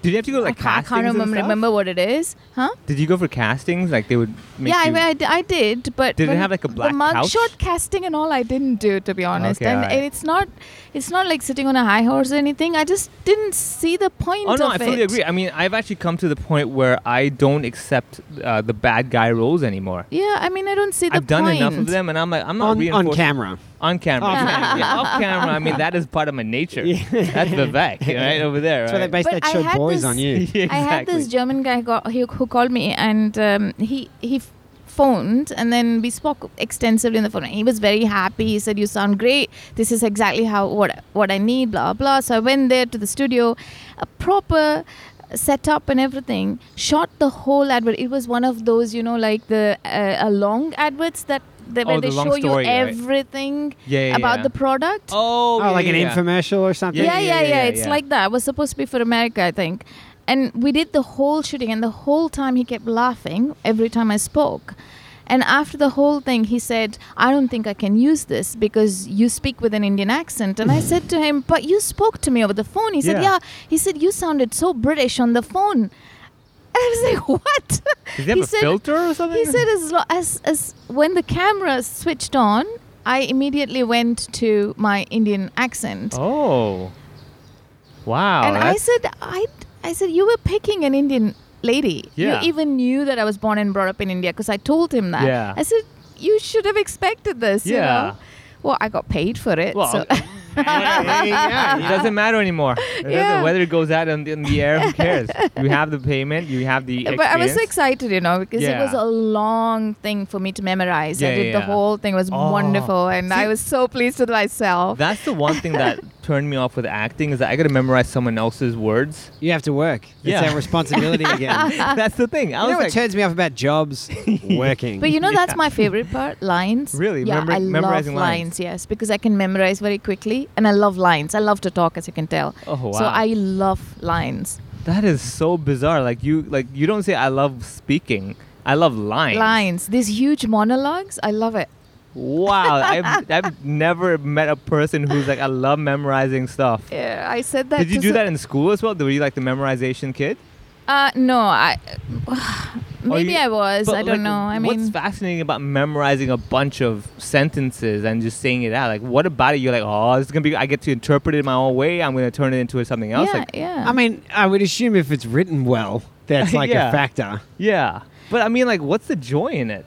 Speaker 4: Did you have to go like
Speaker 5: Oh, I can't, I
Speaker 4: castings
Speaker 5: can't
Speaker 4: and
Speaker 5: remember,
Speaker 4: stuff?
Speaker 5: remember what it is, huh?
Speaker 4: Did you go for castings? Like they would make
Speaker 5: yeah, I,
Speaker 4: you.
Speaker 5: mean, I, d- I did, but
Speaker 4: Did it
Speaker 5: when
Speaker 4: have, like, a black
Speaker 5: the
Speaker 4: couch?
Speaker 5: mugshot casting and all? I didn't do to be honest,
Speaker 4: Okay,
Speaker 5: and,
Speaker 4: alright.
Speaker 5: and it's not it's not like sitting on a high horse or anything. I just didn't see the point.
Speaker 4: Oh no,
Speaker 5: of
Speaker 4: I fully
Speaker 5: it.
Speaker 4: agree. I mean, I've actually come to the point where I don't accept uh, the bad guy roles anymore.
Speaker 5: Yeah, I mean, I don't see the
Speaker 4: I've done
Speaker 5: point.
Speaker 4: enough of them, and I'm like, I'm not
Speaker 3: on, on
Speaker 4: reinforcing-
Speaker 3: camera.
Speaker 4: On camera,
Speaker 3: Off
Speaker 4: yeah,
Speaker 3: camera.
Speaker 4: yeah, off camera. I mean, that is part of my nature. That's Vivek, right over there.
Speaker 3: That's where they
Speaker 4: right?
Speaker 3: base
Speaker 5: But
Speaker 3: that
Speaker 5: I
Speaker 3: show
Speaker 5: had
Speaker 3: Boys
Speaker 5: this-
Speaker 3: on you.
Speaker 4: Yeah,
Speaker 5: I had this
Speaker 4: exactly.
Speaker 5: German guy go- who, who called me, and um, he he f- phoned, and then we spoke extensively on the phone. And he was very happy. He said, "You sound great. This is exactly how what what I need." Blah blah. So I went there to the studio, a proper setup and everything. Shot the whole advert. It was one of those, you know, like the uh, uh, long adverts that. They, where
Speaker 4: Oh, the
Speaker 5: they
Speaker 4: long
Speaker 5: show
Speaker 4: story,
Speaker 5: you
Speaker 4: right?
Speaker 5: everything
Speaker 4: Yeah, yeah,
Speaker 5: about
Speaker 4: yeah.
Speaker 5: the product.
Speaker 4: Oh,
Speaker 3: Oh,
Speaker 4: yeah,
Speaker 3: like
Speaker 4: yeah,
Speaker 3: an
Speaker 4: yeah.
Speaker 3: infomercial or something.
Speaker 5: Yeah, yeah, yeah.
Speaker 4: yeah,
Speaker 5: It's
Speaker 4: yeah.
Speaker 5: like that. It was supposed to be for America, I think. And we did the whole shooting, and the whole time he kept laughing every time I spoke. And after the whole thing, he said, I don't think I can use this because you speak with an Indian accent. And I said to him, But you spoke to me over the phone. He said,
Speaker 4: Yeah.
Speaker 5: Yeah. He said, You sounded so British on the phone. And I was like, What?
Speaker 4: Does he have
Speaker 5: He
Speaker 4: a
Speaker 5: said-
Speaker 4: filter or something?
Speaker 5: He said, as, lo- as as when the camera switched on, I immediately went to my Indian accent.
Speaker 4: "Oh, wow."
Speaker 5: and I
Speaker 4: Oh, that's-
Speaker 5: said, I, I said, you were picking an Indian lady.
Speaker 4: Yeah.
Speaker 5: You even knew that I was born and brought up in India because I told him that.
Speaker 4: Yeah.
Speaker 5: I said, you should have expected this. you
Speaker 4: Yeah.
Speaker 5: know? Well, I got paid for it.
Speaker 4: Well,
Speaker 5: so.
Speaker 4: Yeah, it doesn't matter anymore. It doesn't,
Speaker 5: Yeah.
Speaker 4: whether it goes out in, in the air, who cares? You have the payment, you have the.
Speaker 5: but I was so
Speaker 4: experience.
Speaker 5: excited, you know, because
Speaker 4: Yeah.
Speaker 5: it was a long thing for me to memorize.
Speaker 4: Yeah,
Speaker 5: I did
Speaker 4: yeah.
Speaker 5: the whole thing. It was
Speaker 4: Oh.
Speaker 5: wonderful. And I was so pleased with myself.
Speaker 4: That's the one thing that turned me off with acting is that I got to memorize someone else's words.
Speaker 3: You have to work.
Speaker 4: Yeah.
Speaker 3: It's our responsibility again. you
Speaker 4: That's the thing. I
Speaker 3: know
Speaker 4: was
Speaker 3: what
Speaker 4: like,
Speaker 3: turns me off about jobs? Working.
Speaker 5: But you know,
Speaker 4: Yeah.
Speaker 5: that's my favorite part lines.
Speaker 4: Really?
Speaker 5: Yeah,
Speaker 4: Memori-
Speaker 5: I
Speaker 4: memorizing
Speaker 5: love
Speaker 4: lines.
Speaker 5: lines. yes, because I can memorize very quickly and I love lines. I love to talk, as you can tell.
Speaker 4: Oh, wow.
Speaker 5: So I love lines.
Speaker 4: that is so bizarre. Like you, like you don't say I love speaking. I love lines.
Speaker 5: Lines. These huge monologues, I love it.
Speaker 4: Wow. I've, I've never met a person who's like I love memorizing stuff.
Speaker 5: Yeah, I said that.
Speaker 4: Did you
Speaker 5: to
Speaker 4: do
Speaker 5: so-
Speaker 4: that in school as well? Were you like the memorization kid?
Speaker 5: Uh, no, I. Maybe
Speaker 4: Oh, you-
Speaker 5: I was.
Speaker 4: But,
Speaker 5: I don't
Speaker 4: like,
Speaker 5: know. I
Speaker 4: what's
Speaker 5: mean,
Speaker 4: fascinating about memorizing a bunch of sentences and just saying it out? Like, what about it? You're like, oh, it's gonna be. I get to interpret it my own way. I'm gonna turn it into something
Speaker 5: yeah,
Speaker 4: else. like,
Speaker 5: yeah.
Speaker 3: I mean, I would assume if it's written well, that's like
Speaker 4: Yeah.
Speaker 3: a factor.
Speaker 4: yeah. But I mean, like, what's the joy in it?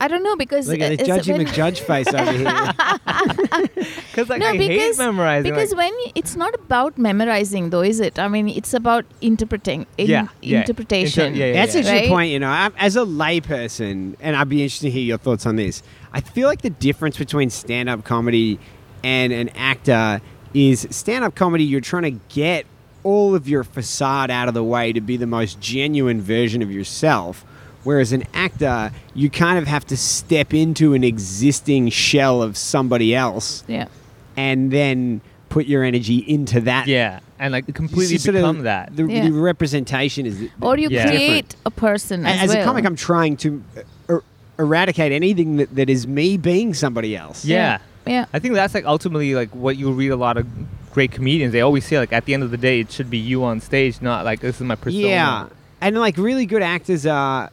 Speaker 5: I don't know because
Speaker 3: Look at the
Speaker 5: it's
Speaker 3: judgy
Speaker 5: when-
Speaker 3: McJudge face over here.
Speaker 4: Because like,
Speaker 5: no,
Speaker 4: I
Speaker 5: because
Speaker 4: hate memorizing.
Speaker 5: because
Speaker 4: like,
Speaker 5: when y- it's not about memorizing, though, is it? I mean, it's about interpreting. In,
Speaker 4: Yeah, yeah. Inter-
Speaker 5: Interpretation.
Speaker 4: yeah, yeah.
Speaker 3: That's a good
Speaker 5: Right?
Speaker 3: point, you know. I'm, as a layperson, and I'd be interested to hear your thoughts on this. I feel like the difference between stand-up comedy and an actor is stand-up comedy. You're trying to get all of your facade out of the way to be the most genuine version of yourself. Whereas an actor, you kind of have to step into an existing shell of somebody else
Speaker 5: yeah.
Speaker 3: and then put your energy into that.
Speaker 4: yeah, and like completely
Speaker 3: You sort of-
Speaker 4: become that.
Speaker 3: The,
Speaker 5: Yeah.
Speaker 3: the representation is
Speaker 5: or you
Speaker 4: Yeah.
Speaker 5: create a person as,
Speaker 3: as
Speaker 5: well.
Speaker 3: a comic, I'm trying to er- eradicate anything that, that is me being somebody else.
Speaker 4: yeah.
Speaker 5: yeah
Speaker 4: I think that's like ultimately like what you read a lot of great comedians. They always say like at the end of the day, it should be you on stage, not like this is my persona.
Speaker 3: yeah. And like really good actors are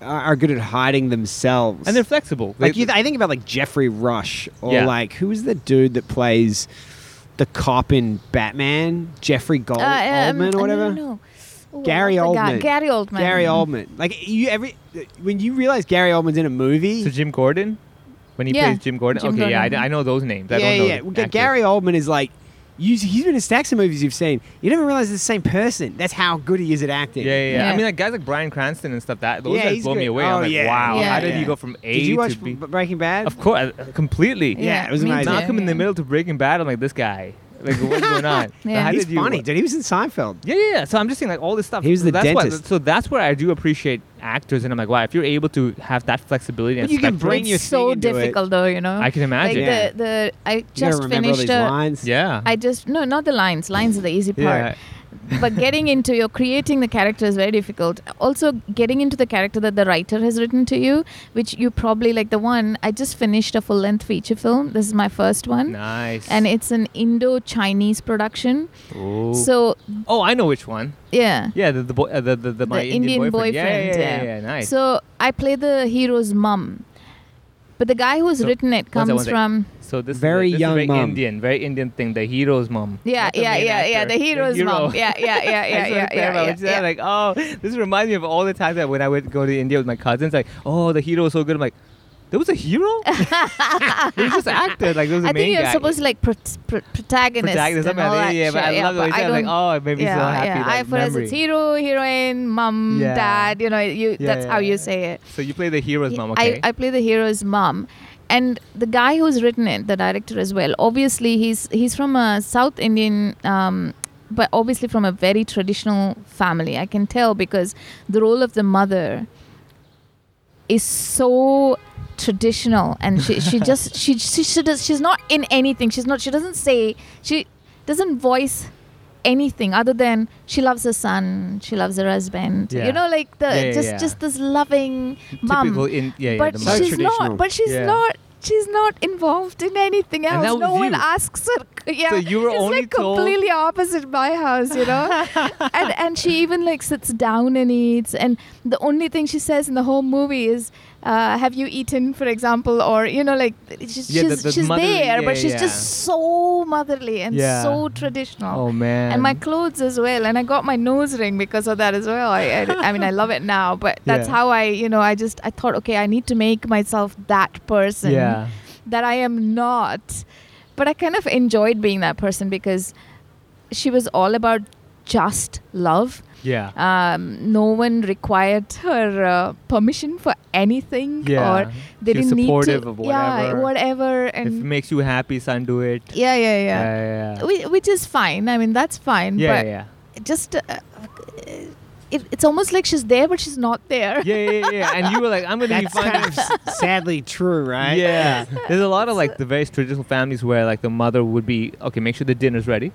Speaker 3: are good at hiding themselves.
Speaker 4: and they're flexible.
Speaker 3: like
Speaker 4: They-
Speaker 3: you, I think about like Jeffrey Rush or
Speaker 4: Yeah.
Speaker 3: like who is the dude that plays the cop in Batman? Jeffrey Gold-
Speaker 5: um,
Speaker 3: Goldman
Speaker 5: no,
Speaker 3: or whatever.
Speaker 5: no, no. Oh,
Speaker 3: Gary
Speaker 5: I forgot.
Speaker 3: Oldman.
Speaker 5: Gary Oldman.
Speaker 3: Gary Oldman. Like you every when you realize Gary Oldman's in a movie.
Speaker 4: So Jim Gordon, when he
Speaker 5: Yeah,
Speaker 4: plays Jim Gordon.
Speaker 5: Jim
Speaker 4: okay, yeah, I,
Speaker 5: Gordon.
Speaker 4: I know those names. I
Speaker 3: yeah,
Speaker 4: don't know.
Speaker 3: yeah.
Speaker 4: the
Speaker 3: Well, Ga-
Speaker 4: actors.
Speaker 3: Gary Oldman is like, you, he's been in stacks of movies you've seen. You never realize it's the same person. That's how good he is at acting.
Speaker 4: Yeah, yeah, yeah. I
Speaker 5: Yeah.
Speaker 4: mean, like guys like Brian Cranston and stuff. That those
Speaker 3: Yeah,
Speaker 4: guys
Speaker 3: he's
Speaker 4: blow me
Speaker 3: great.
Speaker 4: away.
Speaker 3: Oh,
Speaker 4: I'm like,
Speaker 3: yeah,
Speaker 4: wow,
Speaker 5: yeah,
Speaker 4: how did
Speaker 3: yeah.
Speaker 4: you go from A
Speaker 3: Did you
Speaker 4: to
Speaker 3: watch
Speaker 4: B?
Speaker 3: B- Breaking Bad?
Speaker 4: Of course, uh, completely.
Speaker 3: Yeah, it was
Speaker 5: me
Speaker 3: amazing.
Speaker 5: too.
Speaker 4: Malcolm in the middle to Breaking Bad. I'm like, this guy Like, what's going on?
Speaker 5: Yeah.
Speaker 4: How
Speaker 3: He's
Speaker 4: did you-
Speaker 3: funny, dude. He was in Seinfeld.
Speaker 4: Yeah, yeah, yeah. So I'm just saying, like, all this stuff.
Speaker 3: He was the
Speaker 4: that's why-
Speaker 3: dentist.
Speaker 4: so that's where I do appreciate actors, and I'm like, wow, if you're able to have that flexibility and
Speaker 3: But you can
Speaker 4: spectrum-
Speaker 3: bring your
Speaker 5: it's so
Speaker 3: thing into it.
Speaker 5: difficult though, you know.
Speaker 4: I can
Speaker 5: like
Speaker 4: imagine.
Speaker 3: Yeah.
Speaker 5: the, the I
Speaker 3: You gotta
Speaker 5: just
Speaker 3: remember all
Speaker 5: finished
Speaker 3: these
Speaker 5: a-
Speaker 3: lines.
Speaker 4: yeah.
Speaker 5: I just no, not the lines. Lines are the easy part. but getting into your creating the character is very difficult. Also, getting into the character that the writer has written to you, which you probably like the one I just finished a full length feature film. This is my first one,
Speaker 4: Nice.
Speaker 5: and it's an Indo Chinese production.
Speaker 4: Ooh.
Speaker 5: So
Speaker 4: oh, I know which one.
Speaker 5: yeah,
Speaker 4: Yeah, the the boy, uh, the, the, the, my
Speaker 5: the Indian, boyfriend.
Speaker 4: Yeah, yeah, yeah, yeah, nice.
Speaker 5: So I play the hero's mum, but the guy who's
Speaker 4: So,
Speaker 5: written it
Speaker 4: one sec,
Speaker 5: comes
Speaker 4: one sec.
Speaker 5: from.
Speaker 4: so this
Speaker 3: Very
Speaker 4: is a, this
Speaker 3: young
Speaker 4: is a very
Speaker 3: mom.
Speaker 4: Indian, very Indian thing. The hero's mom.
Speaker 5: Yeah,
Speaker 4: Not the
Speaker 5: yeah,
Speaker 4: main
Speaker 5: yeah, yeah.
Speaker 4: actor,
Speaker 5: The hero's
Speaker 4: hero.
Speaker 5: mom. Yeah, yeah, yeah,
Speaker 4: I
Speaker 5: yeah,
Speaker 4: just
Speaker 5: yeah,
Speaker 4: wanna clarify,
Speaker 5: yeah, yeah,
Speaker 4: which is
Speaker 5: yeah.
Speaker 4: Like, oh, this reminds me of all the times that when I would go to India with my cousins, like, oh, the hero was so good. I'm like, there was a hero? he was just an actor. Like, there was a
Speaker 5: I
Speaker 4: main
Speaker 5: think you're
Speaker 4: guy.
Speaker 5: supposed to like pro- pro- protagonist.
Speaker 4: Protagonist,
Speaker 5: and
Speaker 4: something
Speaker 5: all
Speaker 4: like that. Yeah,
Speaker 5: that
Speaker 4: but I
Speaker 5: shit.
Speaker 4: love the way
Speaker 5: but
Speaker 4: you
Speaker 5: I
Speaker 4: said, like, oh,
Speaker 5: don't-
Speaker 4: it made me so happy,
Speaker 5: Yeah.
Speaker 4: that
Speaker 5: I, for us, it's
Speaker 4: memory.
Speaker 5: hero, heroine, mom,
Speaker 4: Yeah.
Speaker 5: dad. You know, you.
Speaker 4: Yeah,
Speaker 5: that's
Speaker 4: yeah,
Speaker 5: how
Speaker 4: yeah.
Speaker 5: you say it.
Speaker 4: so you play the hero's mom,
Speaker 5: I-
Speaker 4: okay?
Speaker 5: I, play the hero's mom. And the guy who's written it, the director as well, obviously he's he's from a South Indian, um, but obviously from a very traditional family. I can tell because the role of the mother is so traditional, and she, she just she she, she does, she's not in anything. She's not she doesn't say she doesn't voice anything other than she loves her son, she loves her husband.
Speaker 4: Yeah.
Speaker 5: You know, like the
Speaker 4: Yeah, yeah,
Speaker 5: just
Speaker 4: yeah.
Speaker 5: just this loving mum
Speaker 4: Typical in, yeah, yeah,
Speaker 5: but
Speaker 4: the
Speaker 3: mother.
Speaker 5: she's
Speaker 4: mom.
Speaker 3: Traditional.
Speaker 5: not. But she's
Speaker 4: Yeah.
Speaker 5: not. She's not involved in anything
Speaker 4: And
Speaker 5: else.
Speaker 4: that
Speaker 5: no
Speaker 4: was
Speaker 5: one
Speaker 4: you.
Speaker 5: asks her. Yeah,
Speaker 4: So you were
Speaker 5: it's
Speaker 4: only
Speaker 5: like
Speaker 4: told-
Speaker 5: completely opposite my house, you know. and and she even like sits down and eats. And the only thing she says in the whole movie is, uh, "Have you eaten?" For example, or you know, like she's
Speaker 4: Yeah, the-
Speaker 5: she's,
Speaker 4: the
Speaker 5: she's
Speaker 4: motherly-
Speaker 5: there, but
Speaker 4: yeah,
Speaker 5: she's
Speaker 4: yeah.
Speaker 5: just so motherly and
Speaker 4: Yeah.
Speaker 5: so traditional.
Speaker 4: Oh, man.
Speaker 5: And my clothes as well. And I got my nose ring because of that as well. I, I, I mean, I love it now, but that's
Speaker 4: Yeah.
Speaker 5: how I, you know, I just, I thought, okay, I need to make myself that person
Speaker 4: Yeah.
Speaker 5: that I am not. But I kind of enjoyed being that person because she was all about just love.
Speaker 4: Yeah.
Speaker 5: Um, no one required her uh, permission for anything,
Speaker 4: Yeah.
Speaker 5: or they
Speaker 4: She was
Speaker 5: didn't need
Speaker 4: supportive
Speaker 5: to.
Speaker 4: of
Speaker 5: Yeah,
Speaker 4: whatever.
Speaker 5: whatever,
Speaker 4: if it
Speaker 5: and
Speaker 4: makes you happy, son, do it.
Speaker 5: yeah, yeah,
Speaker 4: Yeah,
Speaker 5: yeah.
Speaker 4: yeah, yeah.
Speaker 5: Whi- Which is fine. I mean, that's fine.
Speaker 4: Yeah,
Speaker 5: but
Speaker 4: yeah.
Speaker 5: just uh, it, it's almost like she's there but she's not there
Speaker 4: Yeah, yeah, yeah, yeah. And you were like, I'm going to be
Speaker 3: That's
Speaker 4: fine.
Speaker 3: kind of s- sadly true, right?
Speaker 4: Yeah. There's a lot of like the very traditional families where like the mother would be, okay, make sure the dinner's ready.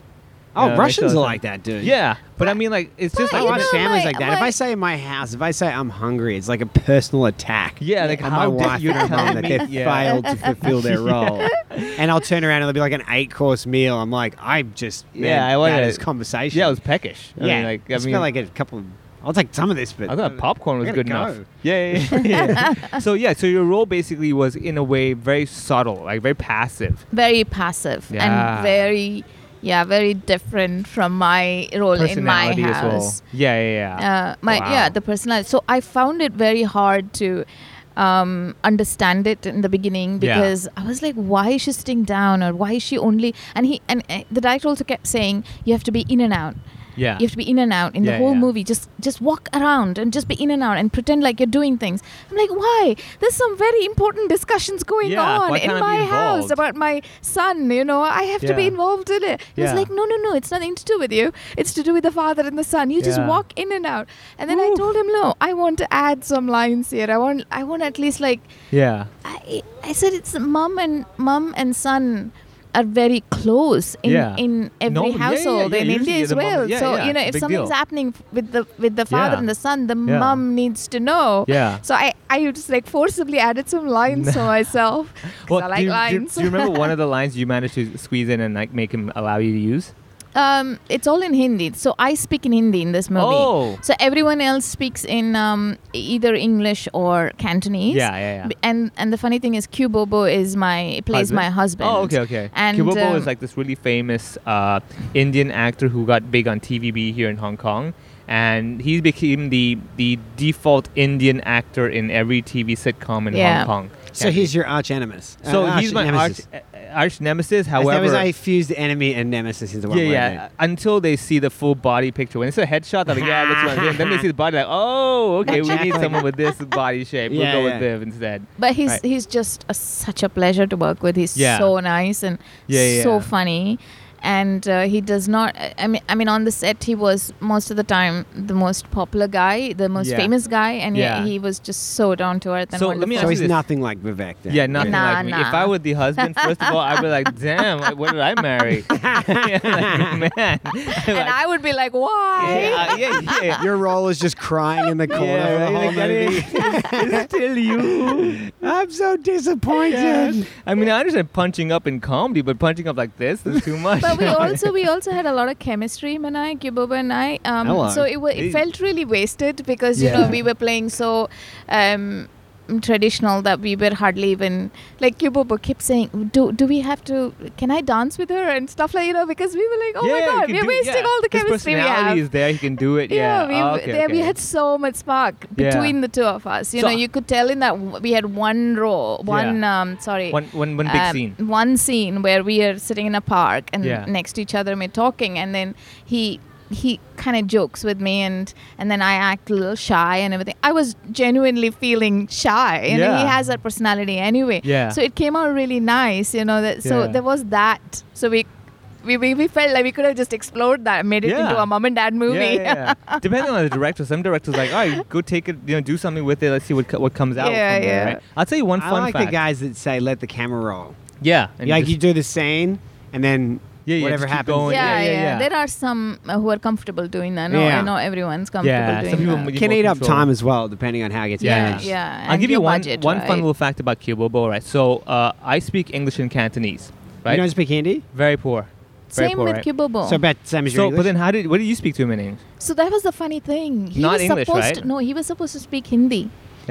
Speaker 3: Oh,
Speaker 4: Yeah, make
Speaker 3: Russians
Speaker 4: sure-
Speaker 3: are like that, dude.
Speaker 4: Yeah. But I mean, like, it's just
Speaker 5: But
Speaker 3: I
Speaker 4: like,
Speaker 5: you
Speaker 3: watch
Speaker 5: know,
Speaker 3: families
Speaker 5: my-
Speaker 3: like that. if
Speaker 5: my-
Speaker 3: I say in my house, if I say I'm hungry, it's like a personal attack.
Speaker 4: yeah, like,
Speaker 3: on my
Speaker 4: how
Speaker 3: wife
Speaker 4: did you
Speaker 3: and
Speaker 4: tell
Speaker 3: mom that
Speaker 4: me?
Speaker 3: they
Speaker 4: Yeah.
Speaker 3: failed to fulfill their role. And I'll turn around and it'll be like an eight course meal. I'm like, I just man,
Speaker 4: Yeah, I
Speaker 3: that
Speaker 4: wanted-
Speaker 3: is conversation.
Speaker 4: Yeah, it was peckish. I
Speaker 3: yeah,
Speaker 4: mean, like, I
Speaker 3: just
Speaker 4: mean,
Speaker 3: felt like a couple. I'll take some of this, but
Speaker 4: I thought popcorn was
Speaker 3: gotta
Speaker 4: good
Speaker 3: go.
Speaker 4: enough. Yeah, yeah, yeah. yeah. so yeah, so your role basically was in a way very subtle, like very passive.
Speaker 5: very passive
Speaker 4: Yeah.
Speaker 5: and very yeah very different from my role in my
Speaker 4: Personality as well.
Speaker 5: house
Speaker 4: Yeah, yeah, yeah.
Speaker 5: uh, my yeah
Speaker 4: Wow.
Speaker 5: the personality so i found it very hard to um, understand it in the beginning
Speaker 4: Yeah.
Speaker 5: because i was like why is she sitting down or why is she only and he and uh, the director also kept saying you have to be in and out
Speaker 4: yeah.
Speaker 5: You have to be in and out in
Speaker 4: Yeah,
Speaker 5: the whole
Speaker 4: yeah.
Speaker 5: movie. Just just walk around and just be in and out and pretend like you're doing things. I'm like, why? There's some very important discussions going
Speaker 4: Yeah,
Speaker 5: on
Speaker 4: why
Speaker 5: in
Speaker 4: can't I be
Speaker 5: my house
Speaker 4: involved?
Speaker 5: about my son. You know, I have to be
Speaker 4: Yeah.
Speaker 5: involved in it. He was
Speaker 4: Yeah.
Speaker 5: like, no, no, no. It's nothing to do with you. It's to do with the father and the son. You just
Speaker 4: Yeah.
Speaker 5: walk in and out. And then I told him, no, I want to add some lines here. I want I want at least like
Speaker 4: yeah.
Speaker 5: I, I said it's mom and mom and son are very close in,
Speaker 4: Yeah.
Speaker 5: in every
Speaker 4: No, yeah, yeah,
Speaker 5: household
Speaker 4: yeah,
Speaker 5: in
Speaker 4: usually
Speaker 5: India as
Speaker 4: the mom-
Speaker 5: well.
Speaker 4: yeah,
Speaker 5: so
Speaker 4: yeah,
Speaker 5: you know
Speaker 4: it's a
Speaker 5: if
Speaker 4: big
Speaker 5: something's
Speaker 4: deal.
Speaker 5: happening f- with the with the father
Speaker 4: Yeah.
Speaker 5: and the son, the
Speaker 4: Yeah.
Speaker 5: mom needs to know.
Speaker 4: Yeah.
Speaker 5: So I I just like forcibly added some lines for myself 'cause I like
Speaker 4: do, you, do you-
Speaker 5: lines.
Speaker 4: do you remember one of the lines you managed to squeeze in and like make him allow you to use?
Speaker 5: um, it's all in Hindi. So I speak in Hindi in this movie.
Speaker 4: Oh.
Speaker 5: So everyone else speaks in um, either English or Cantonese.
Speaker 4: Yeah, yeah, yeah.
Speaker 5: B- And and the funny thing is, Q Bobo is my plays my husband.
Speaker 4: Oh, okay, okay.
Speaker 5: And
Speaker 4: Kibobo is
Speaker 5: um,
Speaker 4: like this really famous uh, Indian actor who got big on TVB here in Hong Kong, and he became the the default Indian actor in every TV sitcom in
Speaker 5: Yeah.
Speaker 4: Hong Kong.
Speaker 3: So he's your arch animus.
Speaker 4: so
Speaker 3: Uh,
Speaker 4: he's my arch,
Speaker 3: nemesis.
Speaker 4: uh, arch nemesis.
Speaker 3: As
Speaker 4: However,
Speaker 3: that was I fused enemy and nemesis into one
Speaker 4: yeah,
Speaker 3: word
Speaker 4: yeah.
Speaker 3: there.
Speaker 4: Until they see the full body picture, when it's a headshot, they're like, yeah, that's what I'm doing. Then they see the body, like, oh, okay, we need
Speaker 3: Exactly.
Speaker 4: someone with this body shape.
Speaker 3: Yeah,
Speaker 4: we'll go
Speaker 3: yeah.
Speaker 4: with them instead.
Speaker 5: But he's
Speaker 4: Right.
Speaker 5: he's just a, such a pleasure to work with. He's
Speaker 4: Yeah.
Speaker 5: so nice and
Speaker 4: Yeah, yeah,
Speaker 5: so
Speaker 4: yeah.
Speaker 5: funny. and uh, he does not. I- I mean, I mean, on the set, he was most of the time the most popular guy, the most
Speaker 4: Yeah.
Speaker 5: famous guy, and yet
Speaker 4: Yeah.
Speaker 5: he was just so down to earth. And
Speaker 4: So let me
Speaker 5: wonderful.
Speaker 3: So
Speaker 4: ask
Speaker 3: he's
Speaker 4: this.
Speaker 3: nothing like Vivek then.
Speaker 4: Yeah, nothing
Speaker 5: Nah,
Speaker 4: like me. If
Speaker 5: nah.
Speaker 4: I were the husband, first of all, I'd be like, damn, what did I marry? Yeah, like, man.
Speaker 5: and I would be like, why?
Speaker 4: yeah, yeah, yeah.
Speaker 3: Your role is just crying in the corner
Speaker 4: Yeah,
Speaker 3: for the
Speaker 4: right,
Speaker 3: whole
Speaker 4: like, I
Speaker 3: movie.
Speaker 4: mean, it's still you.
Speaker 3: I'm so disappointed.
Speaker 4: I mean, I understand punching up in comedy, but punching up like this is too much.
Speaker 5: But we also we also had a lot of chemistry, Manai, Kiboba, and I. Um,
Speaker 3: Hello.
Speaker 5: So it, wa-
Speaker 4: Hey.
Speaker 5: it felt really wasted because
Speaker 3: Yeah.
Speaker 5: you know we were playing so. Um, traditional that we were hardly even like Kibobo kept saying do do we have to can I dance with her and stuff like you know because we were like oh
Speaker 4: Yeah,
Speaker 5: my god
Speaker 4: you
Speaker 5: we're
Speaker 4: can do-
Speaker 5: wasting
Speaker 4: yeah.
Speaker 5: all the
Speaker 4: His
Speaker 5: chemistry we
Speaker 4: personality
Speaker 5: have
Speaker 4: is there. He can do it. Yeah.
Speaker 5: we,
Speaker 4: Oh, okay,
Speaker 5: there we
Speaker 4: okay.
Speaker 5: had so much spark
Speaker 4: Yeah.
Speaker 5: between the two of us. You
Speaker 4: So-
Speaker 5: know, you could tell in that w- we had one row, one um, sorry,
Speaker 4: one, one, one big
Speaker 5: um,
Speaker 4: scene.
Speaker 5: one scene where we are sitting in a park and
Speaker 4: Yeah.
Speaker 5: next to each other and we're talking, and then he he kind of jokes with me and and then I act a little shy and everything. I was genuinely feeling shy, and he
Speaker 4: Yeah.
Speaker 5: has that personality anyway.
Speaker 4: Yeah.
Speaker 5: So it came out really nice, you know. That so
Speaker 4: Yeah.
Speaker 5: there was that. So we. We, we, we felt like we could have just explored that and made it
Speaker 4: Yeah.
Speaker 5: into a mom and dad movie.
Speaker 4: Yeah, yeah, yeah. Depending on the director, some directors like, all right, go take it, you know, do something with it. Let's see what co- what comes out.
Speaker 5: Yeah,
Speaker 4: from there,
Speaker 5: yeah.
Speaker 4: right? I'll tell you one
Speaker 3: I
Speaker 4: fun
Speaker 3: like
Speaker 4: fact.
Speaker 3: the guys that say let the camera roll.
Speaker 4: Yeah, and
Speaker 3: like
Speaker 4: just-
Speaker 3: you do the scene and then
Speaker 4: Yeah, yeah,
Speaker 3: whatever
Speaker 4: just keep
Speaker 3: happens.
Speaker 4: going.
Speaker 5: yeah,
Speaker 4: yeah,
Speaker 5: yeah,
Speaker 4: yeah.
Speaker 5: There are some uh, who are comfortable doing that. No,
Speaker 3: Yeah.
Speaker 5: I know everyone's comfortable
Speaker 4: yeah,
Speaker 5: doing
Speaker 4: some people
Speaker 5: that.
Speaker 4: give
Speaker 3: Can
Speaker 4: more
Speaker 3: eat up
Speaker 4: control.
Speaker 3: time as well, depending on how it gets
Speaker 4: Yeah.
Speaker 3: managed.
Speaker 5: Yeah,
Speaker 4: I'll
Speaker 5: Uh, and
Speaker 4: give you
Speaker 5: your
Speaker 4: one
Speaker 5: budget,
Speaker 4: one fun
Speaker 5: right?
Speaker 4: little fact about Cubobo, right? So uh, I speak English and Cantonese,
Speaker 3: You
Speaker 4: right?
Speaker 3: don't speak Hindi,
Speaker 4: Very poor. Very
Speaker 5: Same
Speaker 4: poor,
Speaker 5: with
Speaker 4: right?
Speaker 5: Kibobo.
Speaker 3: so about the same as your
Speaker 4: So,
Speaker 3: English.
Speaker 4: but then how did what did you speak to him in English?
Speaker 5: so that was the funny thing. He
Speaker 4: Not
Speaker 5: was
Speaker 4: English,
Speaker 5: supposed
Speaker 4: right? Ah.
Speaker 5: to, no, he was supposed to speak Hindi,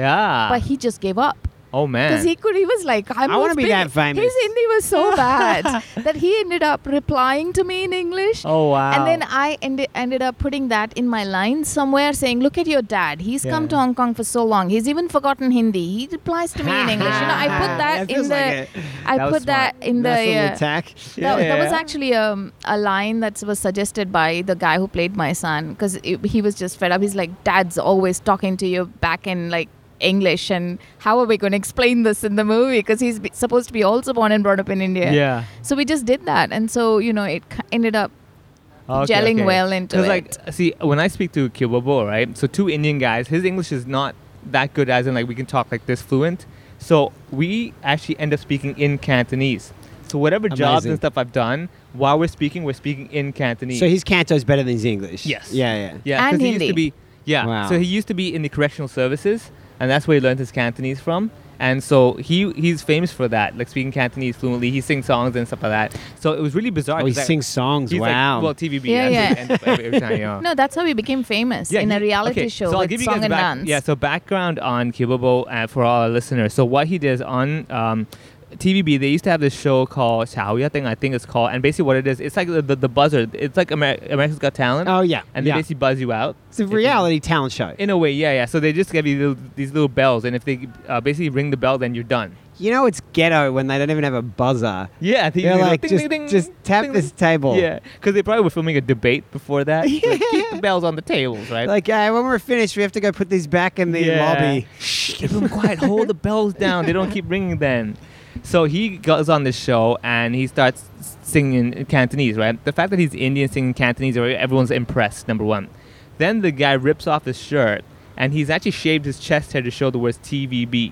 Speaker 4: Yeah.
Speaker 5: but he just gave up
Speaker 4: oh man.
Speaker 5: because he could. He was like, I'm
Speaker 3: I wanna
Speaker 5: not
Speaker 3: be that
Speaker 5: speaking-
Speaker 3: famous.
Speaker 5: His Hindi was so bad that he ended up replying to me in English.
Speaker 4: oh wow.
Speaker 5: And then I ended, ended up putting that in my line somewhere saying, Look at your dad. He's come
Speaker 4: Yeah.
Speaker 5: to Hong Kong for so long. He's even forgotten Hindi. He replies to me in English. You know, I put that,
Speaker 3: Ah, That
Speaker 5: in
Speaker 3: feels
Speaker 5: the.
Speaker 3: like it.
Speaker 5: I
Speaker 4: That was
Speaker 5: put that
Speaker 4: smart.
Speaker 5: in the.
Speaker 3: Nice little
Speaker 5: uh,
Speaker 3: attack.
Speaker 5: That, that was
Speaker 4: Yeah.
Speaker 5: actually um, a line that was suggested by the guy who played my son because he was just fed up. He's like, Dad's always talking to you back in like English, and how are we going to explain this in the movie? Because he's be- supposed to be also born and brought up in India.
Speaker 4: yeah.
Speaker 5: So we just did that, and so you know it k- ended up gelling well into
Speaker 4: 'Cause, Like, see, when I speak to Kibobo, right? So two Indian guys, his English is not that good, as in like we can talk like this fluent. So we actually end up speaking in Cantonese. So whatever jobs
Speaker 3: Amazing.
Speaker 4: and stuff I've done, while we're speking, we're speaking in Cantonese.
Speaker 3: So his Canto's better than his English.
Speaker 4: Yes.
Speaker 3: Yeah, yeah.
Speaker 4: yeah,
Speaker 5: And
Speaker 4: because he used to
Speaker 5: Hindi.
Speaker 4: be yeah.
Speaker 3: Wow.
Speaker 4: So he used to be in the correctional services, and that's where he learned his Cantonese from. And so he he's famous for that, like speaking Cantonese fluently. He sings songs and stuff like that. So it was really bizarre.
Speaker 3: Oh, he
Speaker 4: 'cause I-
Speaker 3: sings songs.
Speaker 4: He's
Speaker 3: wow.
Speaker 4: like, well, TVB. that's
Speaker 5: Yeah, yeah.
Speaker 4: what we end up every- every time, yeah.
Speaker 5: No, that's how we became famous in a
Speaker 4: he-
Speaker 5: reality
Speaker 4: okay,
Speaker 5: show
Speaker 4: so I'll
Speaker 5: with
Speaker 4: give you
Speaker 5: song
Speaker 4: guys
Speaker 5: and
Speaker 4: back-
Speaker 5: dance.
Speaker 4: Yeah, so background on Kibobo uh, for all our listeners. So what he did is on um, TVB, they used to have this show called Xiaoya thing, I think it's called. And basically what it is, it's like the, the, the buzzer. It's like Amer- America's Got Talent.
Speaker 3: oh yeah.
Speaker 4: And they
Speaker 3: yeah.
Speaker 4: basically buzz you out.
Speaker 3: it's a
Speaker 4: if you-
Speaker 3: reality talent show.
Speaker 4: In a way, yeah, yeah. So they just give you little, these little bells. And if they uh, basically ring the bell, then you're done.
Speaker 3: you know, it's ghetto when they don't even have a buzzer.
Speaker 4: Yeah, I think
Speaker 3: They're
Speaker 4: they go
Speaker 3: like,
Speaker 4: ding,
Speaker 3: just,
Speaker 4: ding, ding,
Speaker 3: just tap
Speaker 4: ding,
Speaker 3: this
Speaker 4: ding."
Speaker 3: table.
Speaker 4: Yeah, because they probably were filming a debate before that. Like, keep
Speaker 3: Yeah.
Speaker 4: the bells on the tables, right?
Speaker 3: Like, uh, when we're finished, we have to go put these back in the
Speaker 4: Yeah.
Speaker 3: lobby.
Speaker 4: Shh, keep them quiet. Hold the bells down. They don't keep ringing then. So he goes on this show and he starts singing in Cantonese, right? The fact that he's Indian singing Cantonese, everyone's impressed, number one. Then the guy rips off his shirt and he's actually shaved his chest hair to show the words TVB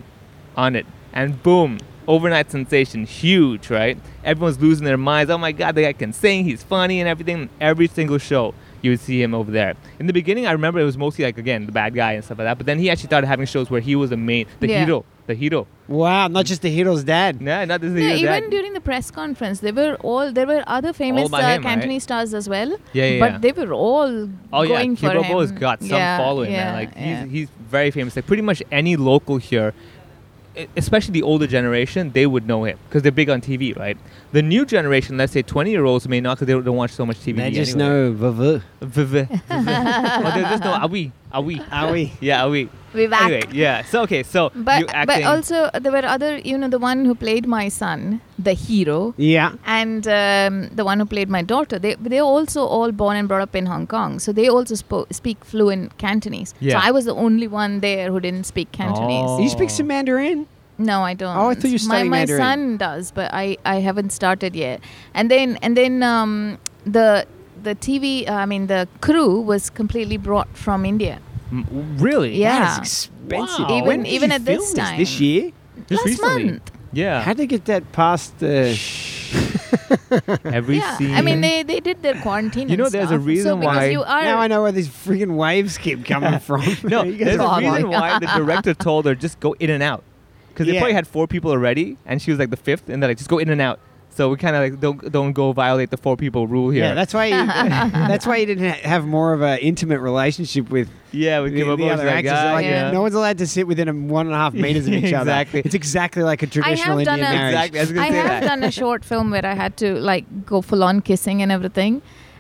Speaker 4: on it. And boom, overnight sensation, huge, right? Everyone's losing their minds. Oh my God, the guy can sing, he's funny and everything. Every single show, you would see him over there. In the beginning, I remember it was mostly like, again, the bad guy and stuff like that. But then he actually started having shows where he was the main, the
Speaker 5: Yeah.
Speaker 4: hero, the hero.
Speaker 3: Wow, not just the hero's dad.
Speaker 4: Nah, not this is the
Speaker 5: No,
Speaker 4: hero.
Speaker 5: even
Speaker 4: that- Oh,
Speaker 5: during the press conference, they were all there were other famous
Speaker 4: by
Speaker 5: uh,
Speaker 4: him, right?
Speaker 5: Cantonese stars as well.
Speaker 4: Yeah, yeah,
Speaker 5: But
Speaker 4: yeah.
Speaker 5: they were all
Speaker 4: Oh yeah,
Speaker 5: going for
Speaker 4: Kibobo
Speaker 5: him.
Speaker 4: has got some
Speaker 5: Yeah,
Speaker 4: following, man.
Speaker 5: yeah,
Speaker 4: Like
Speaker 5: yeah.
Speaker 4: he's, he's very famous. Like pretty much any local here, e- especially the older generation, they would know him because they're big on TV, right? The new generation, let's say twenty-year-olds, may not because they don't watch so much TV.
Speaker 3: They just
Speaker 4: anyway.
Speaker 3: know Vavu.
Speaker 4: Vv- vv. or they just know are we, are we,
Speaker 3: Are we?
Speaker 4: yeah, are we.
Speaker 5: We back.
Speaker 4: Anyway, yeah. So okay, so you
Speaker 5: But but
Speaker 4: acting-
Speaker 5: also there were other you know the one who played my son, the hero.
Speaker 3: Yeah.
Speaker 5: and um, the one who played my daughter they they're also all born and brought up in hong kong so they also spo- speak fluent cantonese
Speaker 4: Yeah.
Speaker 5: so i was the only one there who didn't speak cantonese
Speaker 4: Oh.
Speaker 3: You speak some Mandarin?
Speaker 5: No, I don't.
Speaker 3: Oh, I thought you were
Speaker 5: my
Speaker 3: studying
Speaker 5: my
Speaker 3: Mandarin.
Speaker 5: son does, but I I haven't started yet. And then and then um, the the TV, uh, I mean the crew was completely brought from India.
Speaker 4: M- really?
Speaker 5: Yeah.
Speaker 3: That's expensive.
Speaker 4: Wow. Even-
Speaker 3: When did
Speaker 5: Ah. even
Speaker 3: you
Speaker 5: at this
Speaker 3: film
Speaker 5: time.
Speaker 3: This year?
Speaker 4: Just
Speaker 5: Last
Speaker 4: recently.
Speaker 5: month.
Speaker 4: Yeah.
Speaker 3: How'd they get that past the.
Speaker 4: Every
Speaker 5: yeah,
Speaker 4: scene.
Speaker 5: I mean they they did their quarantine.
Speaker 4: You know,
Speaker 5: and
Speaker 4: there's a
Speaker 5: stuff. so
Speaker 4: reason
Speaker 5: because
Speaker 4: why-
Speaker 5: You are
Speaker 3: now I know where these freaking waves keep coming from.
Speaker 4: No,
Speaker 3: You guys
Speaker 4: there's
Speaker 3: are
Speaker 4: a
Speaker 5: all
Speaker 4: reason
Speaker 5: wrong.
Speaker 4: why the director told her just go in and out, because they
Speaker 3: Yeah.
Speaker 4: probably had four people already, and she was like the fifth, and they're like just go in and out. So we kind of like don't don't go violate the four people rule here.
Speaker 3: Yeah, that's why. You, that's why you didn't ha- have more of an intimate relationship with
Speaker 4: yeah.
Speaker 3: the,
Speaker 4: We give up ah,
Speaker 3: the
Speaker 4: on
Speaker 3: other
Speaker 4: that
Speaker 3: actors.
Speaker 4: guy,
Speaker 3: Like,
Speaker 5: yeah.
Speaker 3: No one's allowed to sit within a one and a half meters of each other.
Speaker 4: Exactly.
Speaker 3: It's exactly like a
Speaker 5: I
Speaker 3: traditional
Speaker 5: have
Speaker 3: Indian
Speaker 5: done a,
Speaker 3: marriage.
Speaker 4: Exactly, I was gonna
Speaker 5: I
Speaker 4: say
Speaker 5: have
Speaker 4: that.
Speaker 5: done a short film where I had to like go full on kissing and everything,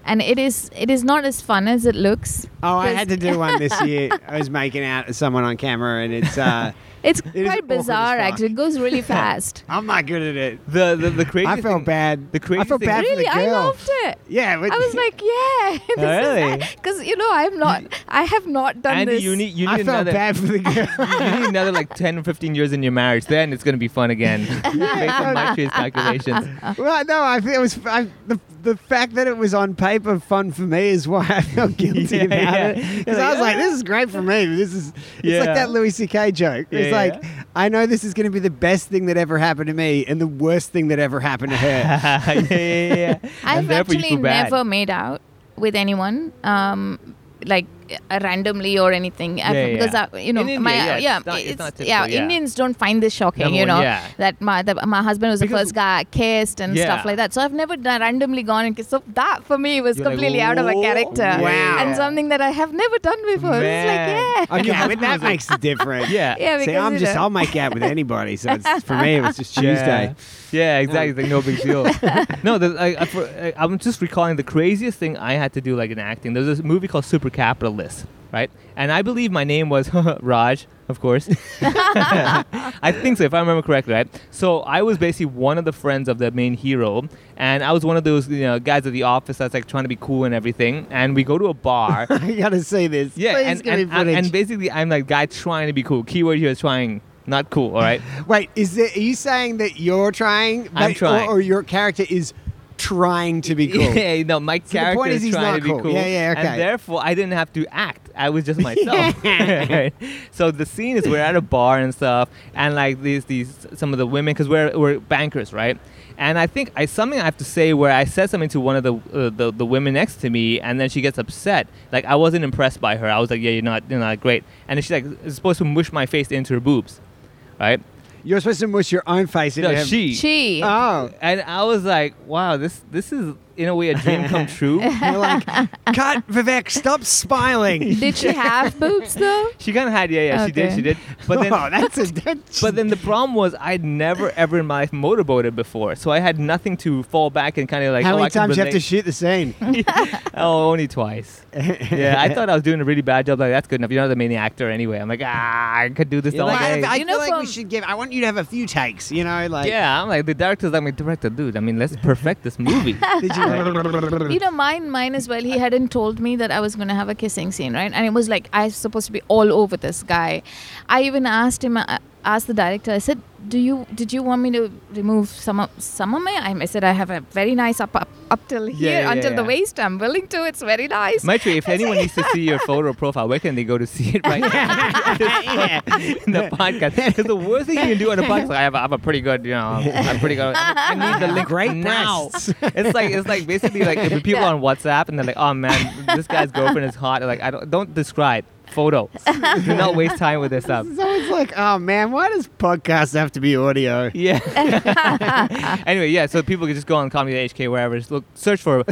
Speaker 5: and it is it is not as fun as it looks.
Speaker 3: Oh, I
Speaker 5: because
Speaker 3: had to do one this year. I was making out with someone on camera, and it's. Uh,
Speaker 5: It's
Speaker 3: is
Speaker 5: quite
Speaker 3: awkward as
Speaker 5: bizarre
Speaker 3: fuck.
Speaker 5: actually. It goes really fast.
Speaker 3: I'm not good at it.
Speaker 4: The the the crazy.
Speaker 3: I felt
Speaker 4: thing-
Speaker 3: bad.
Speaker 4: the
Speaker 3: I
Speaker 4: crazy
Speaker 3: felt
Speaker 4: thing-
Speaker 3: bad for
Speaker 5: really,
Speaker 3: the
Speaker 5: I
Speaker 3: girl.
Speaker 5: loved it.
Speaker 3: Yeah, but
Speaker 5: I was like, yeah,
Speaker 4: Really?
Speaker 5: this is because you know I'm not. I have not done
Speaker 4: Andy,
Speaker 5: this.
Speaker 4: you need you need
Speaker 3: I felt
Speaker 4: another.
Speaker 3: bad for the girl.
Speaker 4: you need another like 10 or 15 years in your marriage. Then it's gonna be fun again. Based on my tree's calculations.
Speaker 3: well, no, I feel it was I, the the fact that it was on paper fun for me is why I felt guilty
Speaker 4: Yeah,
Speaker 3: about
Speaker 4: yeah.
Speaker 3: it.
Speaker 4: You're
Speaker 3: Because I
Speaker 4: like, "Ah!"
Speaker 3: was like, this is great for me. but This is it's like
Speaker 4: Yeah.
Speaker 3: that Louis C.K. joke.
Speaker 4: Yeah,
Speaker 3: it's like
Speaker 4: yeah.
Speaker 3: I know this is going to be the best thing that ever happened to me and the worst thing that ever happened to her.
Speaker 4: yeah, yeah, yeah.
Speaker 5: I've
Speaker 4: And therefore you
Speaker 5: actually
Speaker 4: feel bad.
Speaker 5: never made out with anyone, um, like uh, randomly or anything. I've-
Speaker 4: Yeah, yeah.
Speaker 5: because I, you know,
Speaker 4: In India,
Speaker 5: my uh,
Speaker 4: yeah, it's
Speaker 5: yeah,
Speaker 4: not- it's not typical,
Speaker 5: yeah,
Speaker 4: yeah.
Speaker 5: Indians don't find this shocking.
Speaker 4: Number one,
Speaker 5: you know
Speaker 4: yeah.
Speaker 5: that my that my husband was the
Speaker 4: Because-
Speaker 5: first guy I kissed and stuff
Speaker 4: Yeah.
Speaker 5: like that. So I've never done, randomly gone and kissed. So that for me was
Speaker 4: You're like, "Oh,
Speaker 5: completely out of a
Speaker 4: "Whoa,
Speaker 5: character
Speaker 3: wow."
Speaker 5: and something that I have never done before.
Speaker 4: Man.
Speaker 5: It's like yeah.
Speaker 3: Okay, but that makes a difference.
Speaker 4: Yeah.
Speaker 5: Yeah,
Speaker 3: See,
Speaker 5: because
Speaker 3: I'm
Speaker 5: you
Speaker 3: just
Speaker 5: know.
Speaker 3: I'll make out with anybody. So it's, for me, it was just
Speaker 4: Yeah.
Speaker 3: Tuesday.
Speaker 4: Yeah, exactly. It's like no big deal. no, the, I, I, for, I, I'm just recalling the craziest thing I had to do, like in acting. There's this movie called Super Capitalist, right? And I believe my name was Raj, of course. I think so, if I remember correctly, right? So I was basically one of the friends of the main hero, and I was one of those you know, guys at the office that's like trying to be cool and everything. And we go to a bar,
Speaker 3: I gotta see this.
Speaker 4: yeah,
Speaker 3: Please
Speaker 4: and,
Speaker 3: give
Speaker 4: and,
Speaker 3: me footage.
Speaker 4: and basically I'm like guy trying to be cool. Keyword here is trying, not cool. All right.
Speaker 3: Wait, is there? Are you saying that you're trying?
Speaker 4: I'm
Speaker 3: but-
Speaker 4: trying.
Speaker 3: Or, or your character is trying to be cool.
Speaker 4: Yeah, no, my
Speaker 3: the point
Speaker 4: character
Speaker 3: is
Speaker 4: is,
Speaker 3: he's
Speaker 4: trying
Speaker 3: not
Speaker 4: to be
Speaker 3: cool.
Speaker 4: cool.
Speaker 3: Yeah, yeah, okay.
Speaker 4: And therefore, I didn't have to act. I was just myself. Right? So the scene is we're at a bar and stuff, and like these these some of the women because we're we're bankers, right? And I think I something I have to say where I said something to one of the, uh, the the women next to me, and then she gets upset. Like I wasn't impressed by her. I was like, yeah, you're not you're not great. And then she's like, is supposed to mush my face into her boobs, right?
Speaker 3: You're supposed to mush your own face into
Speaker 4: No,
Speaker 3: him.
Speaker 4: she.
Speaker 5: She.
Speaker 4: Ah.
Speaker 3: Oh.
Speaker 4: And I was like, wow, this this is in a way a dream come true.
Speaker 3: You're like, cut, Vivek, stop smiling.
Speaker 5: Did she have boobs though?
Speaker 4: She kind of had, yeah, yeah, she did,
Speaker 5: Okay.
Speaker 4: she did. But then,
Speaker 3: oh, that's a. That's,
Speaker 4: but then the problem was I'd never ever in my life motorboated before, so I had nothing to fall back and kind of like.
Speaker 3: how
Speaker 4: oh,
Speaker 3: many
Speaker 4: I can
Speaker 3: times you have to
Speaker 4: relate.
Speaker 3: shoot the scene?
Speaker 4: oh, only twice. yeah, I thought I was doing a really bad job. Like that's good enough. You're not the main actor anyway. I'm like, ah, I could do this all
Speaker 3: Like, I,
Speaker 4: day.
Speaker 3: I
Speaker 5: You
Speaker 3: feel
Speaker 5: know,
Speaker 3: like we
Speaker 5: from-
Speaker 3: should give. I want you to have a few takes. You know, like.
Speaker 4: yeah, I'm like the director's like, my director, dude. I mean, let's perfect this movie.
Speaker 3: Did you?
Speaker 5: you know mine mine as well he hadn't told me that i was going to have a kissing scene right and it was like i was supposed to be all over this guy i even asked him uh, asked the director i said do you did you want me to remove some of some of my i I said i have a very nice up up, up till here
Speaker 4: yeah,
Speaker 5: until the
Speaker 4: yeah.
Speaker 5: waist i'm willing to it's very nice
Speaker 4: Maitri, if anyone needs to see your photo profile, where can they go to see it right now? in the podcast. Because the worst thing you can do on a podcast, I have, a, I have a pretty good, you know, I'm pretty good. I need the link
Speaker 3: Great
Speaker 4: now.
Speaker 3: breasts.
Speaker 4: It's like it's like basically like if people
Speaker 5: Yeah.
Speaker 4: on WhatsApp and they're like, oh man, this guy's girlfriend is hot. Like I don't don't describe photo. do not waste time with this stuff.
Speaker 3: So it's like, oh man, why does podcasts have to be audio?
Speaker 4: Yeah. anyway, yeah. So people can just go on comedy HK wherever. Just look, search for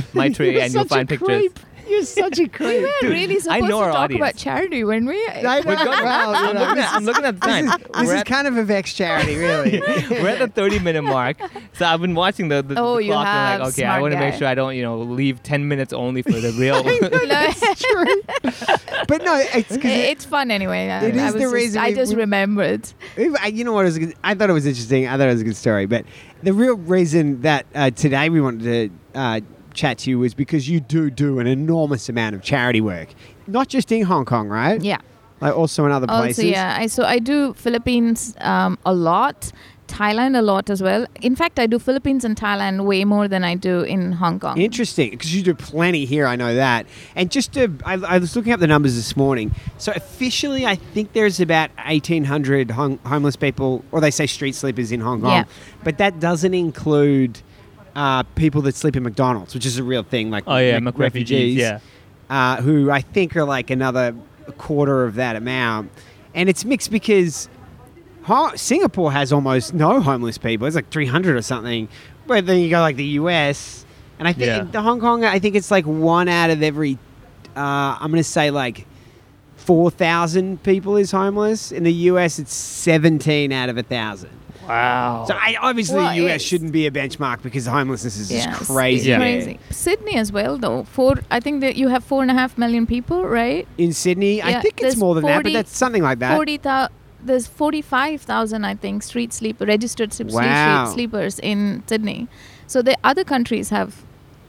Speaker 4: Maitri,
Speaker 3: You're
Speaker 4: and you'll
Speaker 3: such a
Speaker 4: find pictures.
Speaker 3: creep. You're such a creep.
Speaker 5: we're really supposed
Speaker 4: I know
Speaker 5: to
Speaker 4: our
Speaker 5: talk
Speaker 4: audience.
Speaker 5: about charity when we
Speaker 3: I know.
Speaker 4: We've got-
Speaker 3: Well, you
Speaker 4: I'm,
Speaker 3: know,
Speaker 4: looking at, I'm looking at the time.
Speaker 3: This
Speaker 4: We're
Speaker 3: is
Speaker 4: at-
Speaker 3: kind of a vex charity, really.
Speaker 4: We're at the 30 minute mark. So I've been watching the, the,
Speaker 5: Oh,
Speaker 4: the
Speaker 5: you
Speaker 4: clock
Speaker 5: have,
Speaker 4: and I'm like, okay, I
Speaker 5: smart
Speaker 4: want to make
Speaker 5: guy.
Speaker 4: sure I don't, you know, leave 10 minutes only for the real.
Speaker 3: It's true. But no, it's because
Speaker 5: it's fun anyway I-
Speaker 3: It
Speaker 5: I
Speaker 3: is
Speaker 5: was
Speaker 3: the
Speaker 5: just-
Speaker 3: reason
Speaker 5: i
Speaker 3: we-
Speaker 5: just
Speaker 3: we-
Speaker 5: remembered
Speaker 3: If- I- You know what? It was a good, I thought it was interesting. I thought it was a good story. But the real reason that uh, today we wanted to uh, chat to you was because you do do an enormous amount of charity work, not just in Hong Kong, right?
Speaker 5: yeah
Speaker 3: Like also in other places.
Speaker 5: Also, yeah, I so I do Philippines um, a lot, Thailand a lot as well. In fact, I do Philippines and Thailand way more than I do in Hong Kong.
Speaker 3: Interesting, because you do plenty here. I know that. And just to, I, I was looking up the numbers this morning. So officially, I think there's about eighteen hundred hung, homeless people, or they say street sleepers in Hong Kong.
Speaker 5: Yeah.
Speaker 3: But that doesn't include uh, people that sleep in McDonald's, which is a real thing. Like
Speaker 4: Oh, yeah,
Speaker 3: like
Speaker 4: Mc- refugees, yeah.
Speaker 3: uh, who I think are like another quarter of that amount. And it's mixed because Ho- Singapore has almost no homeless people. It's like 300 or something. But then you go like the US, and I think
Speaker 4: Yeah.
Speaker 3: the Hong Kong, I think it's like one out of every, uh, I'm going to say like 4,000 people is homeless. In the US, it's 17 out of 1,000.
Speaker 4: Wow.
Speaker 3: So I, obviously,
Speaker 5: Well,
Speaker 3: the US
Speaker 5: it's-
Speaker 3: shouldn't be a benchmark because homelessness is
Speaker 5: Yeah,
Speaker 3: just
Speaker 5: it's
Speaker 3: crazy.
Speaker 4: Yeah.
Speaker 3: there.
Speaker 5: crazy. Sydney as well, though. Four, I think that you have four and a half million people, right?
Speaker 3: In Sydney, I
Speaker 5: Yeah,
Speaker 3: think it's
Speaker 5: there's
Speaker 3: more than that, but
Speaker 5: 40
Speaker 3: that's something like that.
Speaker 5: Forty thousand. There's forty-five thousand, I think, street sleep registered sleep, sleep-
Speaker 3: Wow.
Speaker 5: street sleepers in Sydney. So the other countries have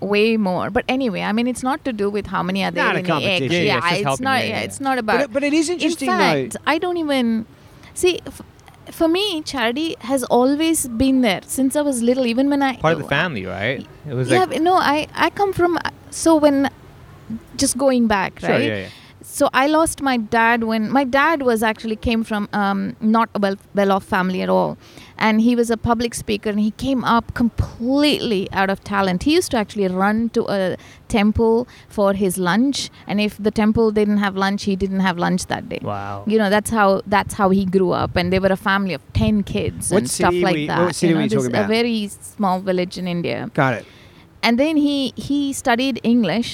Speaker 5: way more. But anyway, I mean, it's not to do with how many are there
Speaker 3: Not a
Speaker 5: in the egg.
Speaker 3: competition. Yeah,
Speaker 4: yeah,
Speaker 5: yeah,
Speaker 4: it's just
Speaker 5: it's
Speaker 4: helping.
Speaker 5: not.
Speaker 4: Yeah,
Speaker 5: yeah,
Speaker 4: yeah.
Speaker 5: it's not about.
Speaker 3: But it, but it is
Speaker 5: in
Speaker 3: interesting
Speaker 5: fact,
Speaker 3: though.
Speaker 5: I don't even see. F- for me, charity has always been there since I was little. Even when I
Speaker 4: Part of the family, right? It was
Speaker 5: yeah,
Speaker 4: like.
Speaker 5: no, I I come from so when just going back,
Speaker 4: Sure,
Speaker 5: right?
Speaker 4: yeah, yeah.
Speaker 5: So I lost my dad when my dad was actually came from um, not a well well off family at all, and he was a public speaker and he came up completely out of talent. He used to actually run to a temple for his lunch, and if the temple didn't have lunch, he didn't have lunch that day.
Speaker 4: Wow.
Speaker 5: You know that's how that's how he grew up, and they were a family of ten kids
Speaker 3: What
Speaker 5: and stuff
Speaker 3: city
Speaker 5: like
Speaker 3: we-
Speaker 5: that.
Speaker 3: what city
Speaker 5: you know,
Speaker 3: we
Speaker 5: this is
Speaker 3: talking about?
Speaker 5: A very small village in India
Speaker 3: Got it.
Speaker 5: and then he he studied english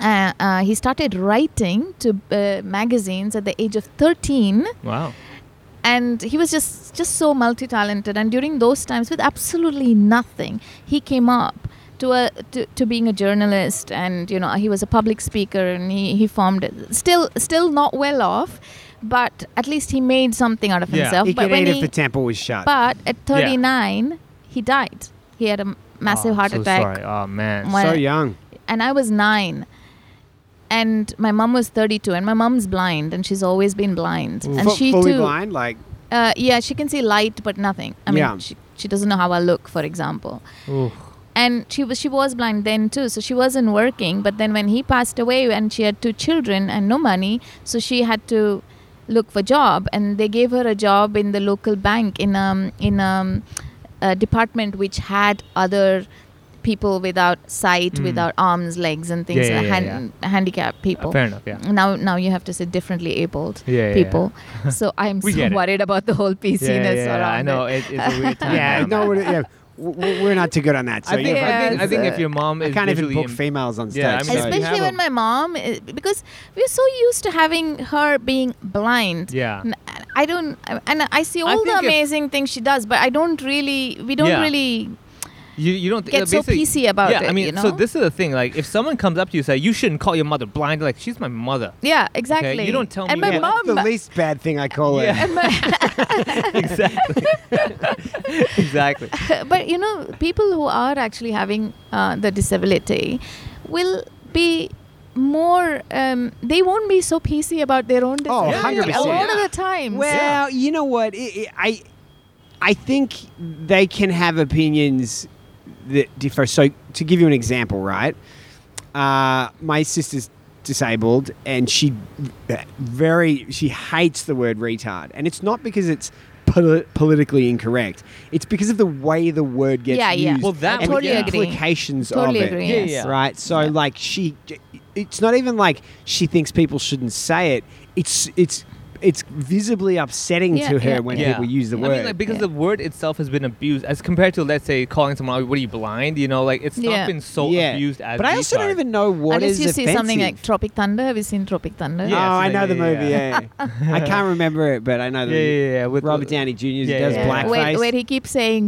Speaker 5: uh, uh, he started writing to uh, magazines at the age of 13
Speaker 4: Wow.
Speaker 5: and he was just just so multi-talented and during those times with absolutely nothing he came up to a to, to being a journalist and you know he was a public speaker and he, he formed still still not well off but at least he made something out of
Speaker 4: Yeah.
Speaker 5: himself
Speaker 3: He
Speaker 5: um, but
Speaker 3: could
Speaker 5: when
Speaker 3: eat if
Speaker 5: he-
Speaker 3: the temple was shut.
Speaker 5: but at 39 he died he had a m- massive
Speaker 4: Oh,
Speaker 5: heart
Speaker 4: so
Speaker 5: attack
Speaker 4: Sorry. Oh man.
Speaker 5: Why-
Speaker 3: so
Speaker 5: well-
Speaker 3: young.
Speaker 5: and I was nine. And my mom was 32, and my mom's blind, and she's always been blind. And
Speaker 3: Fu-
Speaker 5: she
Speaker 3: fully
Speaker 5: too,
Speaker 3: blind, like
Speaker 5: Uh, yeah, she can see light but nothing. I mean,
Speaker 3: Yeah.
Speaker 5: she, she doesn't know how I look, for example.
Speaker 4: Oof.
Speaker 5: And she was she was blind then too, so she wasn't working. But then when he passed away, and she had two children and no money, so she had to look for job, and they gave her a job in the local bank in um in um a department which had other people without sight, without arms, legs, and things,
Speaker 4: Hmm. Yeah, yeah,
Speaker 5: like
Speaker 4: yeah,
Speaker 5: hand, handicapped people.
Speaker 4: Fair enough. Yeah.
Speaker 5: Now, now you have to say differently abled
Speaker 4: Yeah, yeah,
Speaker 5: people. So I'm
Speaker 4: We
Speaker 5: so
Speaker 4: get it.
Speaker 5: worried about the whole PC-ness
Speaker 4: yeah, yeah,
Speaker 5: around
Speaker 4: I know
Speaker 5: it.
Speaker 4: it, it's a weird time.
Speaker 3: yeah,
Speaker 4: now,
Speaker 3: no,
Speaker 4: man.
Speaker 3: we're, yeah, w- w- we're not too good on that. So
Speaker 4: I think,
Speaker 3: you're
Speaker 4: I
Speaker 3: right.
Speaker 4: think I think
Speaker 5: Yes.
Speaker 4: if your mom
Speaker 3: I
Speaker 4: is
Speaker 3: can't even
Speaker 4: visually
Speaker 3: book
Speaker 4: im-
Speaker 3: females on stage.
Speaker 4: Yeah, I mean,
Speaker 3: so-
Speaker 4: you
Speaker 5: Especially
Speaker 4: have
Speaker 5: when
Speaker 4: a-
Speaker 5: my mom, eh, because we're so used to having her being blind.
Speaker 4: Yeah.
Speaker 5: N- I don't, and I see all the
Speaker 4: think if-
Speaker 5: amazing things she does, but I don't really, we don't
Speaker 4: Yeah.
Speaker 5: really.
Speaker 4: You, you don't
Speaker 5: Get so
Speaker 4: basically-
Speaker 5: PC about
Speaker 4: yeah, I
Speaker 5: it,
Speaker 4: mean,
Speaker 5: you
Speaker 4: so
Speaker 5: know?
Speaker 4: this is the thing. Like, if someone comes up to you and say, "You shouldn't call your mother blind," like she's my mother.
Speaker 5: Yeah, exactly.
Speaker 4: you don't tell
Speaker 5: and
Speaker 4: me
Speaker 5: my
Speaker 4: what-
Speaker 5: mom.
Speaker 3: that's the least bad thing I call it.
Speaker 4: Yeah. exactly. exactly.
Speaker 5: but you know, people who are actually having uh, the disability will be more. Um, they won't be so PC about their own
Speaker 3: Oh,
Speaker 5: disability.
Speaker 4: 100%.
Speaker 5: A lot
Speaker 4: Yeah.
Speaker 5: of the times.
Speaker 3: Well, you know what? It, it, I I think they can have opinions that differ. So to give you an example, right? Uh, my sister's disabled, and she very she hates the word retard, and it's not because it's. poli- politically incorrect. It's because of the way the word gets
Speaker 5: Yeah, yeah.
Speaker 3: used
Speaker 4: Well, that
Speaker 3: and
Speaker 4: would-
Speaker 5: Totally
Speaker 3: the
Speaker 5: agree.
Speaker 3: implications
Speaker 5: Totally
Speaker 3: of it.
Speaker 5: agree,
Speaker 4: Yeah, yes. yeah.
Speaker 3: Right. So like she, it's not even like she thinks people shouldn't say it. It's it's it's visibly upsetting
Speaker 5: Yeah,
Speaker 3: to her
Speaker 5: yeah,
Speaker 3: when
Speaker 4: yeah.
Speaker 3: people use the
Speaker 4: I
Speaker 3: word.
Speaker 4: mean, like, because
Speaker 5: yeah.
Speaker 4: the word itself has been abused, as compared to let's say calling someone, "Oh, "What are you blind?" You know, like it's not
Speaker 5: Yeah.
Speaker 4: been so abused as.
Speaker 3: but I also don't
Speaker 4: retard.
Speaker 3: even know what
Speaker 5: Unless
Speaker 3: is
Speaker 5: you see something like
Speaker 3: offensive.
Speaker 5: Tropic Thunder. Have you seen Tropic Thunder?
Speaker 4: Yeah,
Speaker 3: oh,
Speaker 4: it's
Speaker 3: I
Speaker 4: like-
Speaker 3: know the
Speaker 4: yeah,
Speaker 3: movie.
Speaker 4: yeah.
Speaker 3: Yeah, yeah. I can't remember it, but I know the
Speaker 4: Yeah, yeah, yeah. With
Speaker 3: Robert Downey Jr.
Speaker 4: Yeah,
Speaker 3: does
Speaker 4: yeah.
Speaker 3: blackface.
Speaker 5: Where, where he keeps saying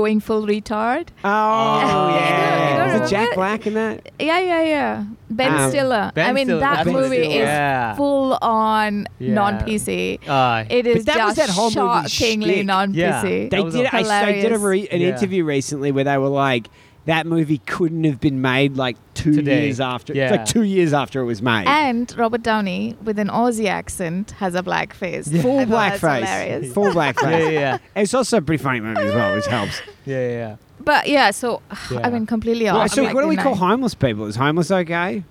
Speaker 5: going full retard.
Speaker 3: oh, yeah.
Speaker 5: You don't- you don't
Speaker 3: is it Jack
Speaker 5: remember?
Speaker 3: Black in that?
Speaker 5: Yeah, yeah, yeah. Ben
Speaker 3: Um,
Speaker 5: Stiller. I
Speaker 4: Ben
Speaker 5: mean,
Speaker 4: Stiller.
Speaker 5: that
Speaker 4: Ben
Speaker 5: movie
Speaker 4: Stiller.
Speaker 5: is
Speaker 4: Yeah.
Speaker 5: full on
Speaker 4: Yeah.
Speaker 5: non PC.
Speaker 4: Uh,
Speaker 5: It is
Speaker 3: that was
Speaker 5: just
Speaker 3: that whole movie's
Speaker 5: shockingly
Speaker 3: shtick.
Speaker 5: non
Speaker 4: Yeah.
Speaker 5: PC.
Speaker 3: They
Speaker 4: was
Speaker 3: did. I, I did a
Speaker 5: hilarious.
Speaker 3: re- an
Speaker 4: Yeah.
Speaker 3: interview recently where they were like, that movie couldn't have been made like two
Speaker 4: Today.
Speaker 3: years after.
Speaker 4: Yeah.
Speaker 3: It's like two years after it was made.
Speaker 5: And Robert Downey with an Aussie accent has a black face.
Speaker 3: Full
Speaker 5: I thought that's
Speaker 3: blackface.
Speaker 5: hilarious.
Speaker 3: Full
Speaker 4: yeah, yeah,
Speaker 3: blackface.
Speaker 4: yeah,
Speaker 3: It's also a pretty funny movie as well, which helps.
Speaker 4: yeah, yeah, yeah.
Speaker 5: But yeah, so
Speaker 4: Yeah.
Speaker 5: I mean, completely
Speaker 3: Well,
Speaker 5: off.
Speaker 3: so,
Speaker 5: like
Speaker 3: what do we call
Speaker 5: denying-
Speaker 3: homeless people? Is homeless okay?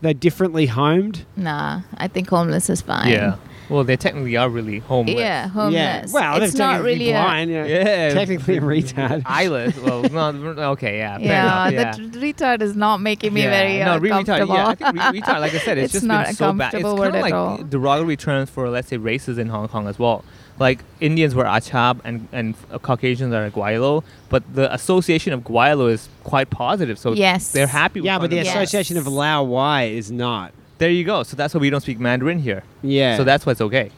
Speaker 3: They're differently homed.
Speaker 5: Nah, I think homeless is fine.
Speaker 4: Yeah. Well, they technically are really homeless.
Speaker 5: Yeah, homeless.
Speaker 3: Yeah. Well,
Speaker 5: it's
Speaker 3: they're
Speaker 5: not
Speaker 3: technically
Speaker 5: really a.
Speaker 3: blind. you know,
Speaker 4: Yeah.
Speaker 3: Technically a retard.
Speaker 4: Eyeless. Well, no, okay, yeah. Fair
Speaker 5: Yeah,
Speaker 4: enough, yeah.
Speaker 5: the t- retard is not making me very uh,
Speaker 4: no, re- retard.
Speaker 5: comfortable.
Speaker 4: Yeah, I think re- retard. Like I said, it's,
Speaker 5: It's
Speaker 4: just
Speaker 5: not
Speaker 4: been
Speaker 5: a
Speaker 4: so bad. It's
Speaker 5: comfortable
Speaker 4: kind
Speaker 5: word
Speaker 4: of
Speaker 5: at
Speaker 4: like
Speaker 5: all.
Speaker 4: derogatory terms for let's say races in Hong Kong as well. Like Indians were achab and and Caucasians are guaylo, but the association of guaylo is quite positive. So
Speaker 5: Yes.
Speaker 4: they're happy.
Speaker 3: Yeah,
Speaker 4: with
Speaker 3: but the
Speaker 5: Yes.
Speaker 4: Hong Kong.
Speaker 3: association of Lao Y is not.
Speaker 4: there you go. So that's why we don't speak Mandarin here.
Speaker 3: Yeah.
Speaker 4: So that's why it's okay.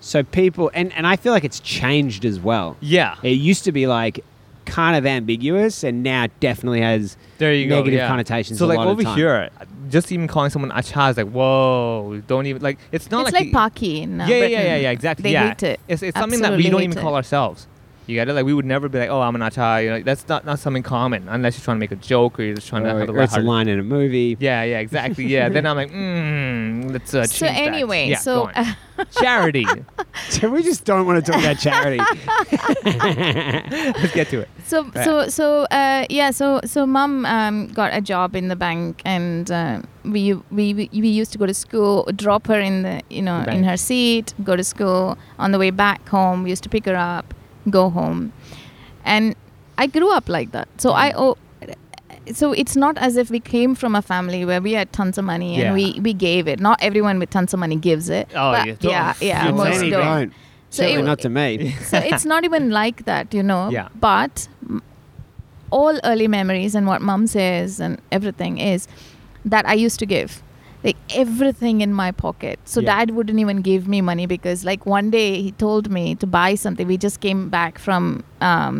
Speaker 3: so people and, and I feel like it's changed as well.
Speaker 4: Yeah.
Speaker 3: It used to be like kind of ambiguous and now it definitely has
Speaker 4: There you go.
Speaker 3: negative
Speaker 4: yeah.
Speaker 3: connotations a
Speaker 4: So like
Speaker 3: lot of
Speaker 4: over
Speaker 3: time.
Speaker 4: here, just even calling someone acha is like whoa. Don't even like it's not
Speaker 5: it's
Speaker 4: like
Speaker 5: like,
Speaker 4: the-
Speaker 5: Paki in uh,
Speaker 4: yeah, yeah,
Speaker 5: Britain.
Speaker 4: yeah, yeah, yeah, exactly.
Speaker 5: They
Speaker 4: yeah.
Speaker 5: hate it.
Speaker 4: It's, it's something that we
Speaker 5: Absolutely
Speaker 4: don't
Speaker 5: hate
Speaker 4: even
Speaker 5: it.
Speaker 4: call ourselves. You got it? Like we would never be like, oh, I'm an acha. You know, that's not, not something common unless you're trying to make a joke or you're just trying to
Speaker 3: Or-
Speaker 4: have a
Speaker 3: or it's a
Speaker 4: lighthearted-
Speaker 3: line in a movie.
Speaker 4: Yeah, yeah, exactly. Yeah. then I'm like, mm, let's uh,
Speaker 5: So
Speaker 4: change that.
Speaker 5: anyway,
Speaker 4: Yeah,
Speaker 5: so-
Speaker 4: go on. charity.
Speaker 3: So we just don't want to talk about charity.
Speaker 4: let's get to it.
Speaker 5: So
Speaker 4: Yeah.
Speaker 5: so so uh, yeah. So so mum um, got a job in the bank, and uh, we, we we we used to go to school, drop her in the you know
Speaker 4: The
Speaker 5: in
Speaker 4: bank.
Speaker 5: her seat, go to school. On the way back home, we used to pick her up, go home, and I grew up like that. So I
Speaker 4: Mm.
Speaker 5: oh, so it's not as if we came from a family where we had tons of money and
Speaker 4: Yeah.
Speaker 5: we we gave it. Not everyone with tons of money gives it.
Speaker 4: Oh,
Speaker 5: but
Speaker 4: yeah. Don't-
Speaker 5: yeah, yeah,
Speaker 4: you
Speaker 5: most
Speaker 4: totally
Speaker 3: Many
Speaker 5: don't
Speaker 3: don't.
Speaker 5: So
Speaker 3: Certainly
Speaker 5: it-
Speaker 3: not to me.
Speaker 5: so it's not even like that, you know.
Speaker 4: Yeah.
Speaker 5: But m- all early memories and what mom says and everything is that I used to give. Like everything in my pocket. So
Speaker 4: Yeah.
Speaker 5: dad wouldn't even give me money because, like, one day he told me to buy something. We just came back from um,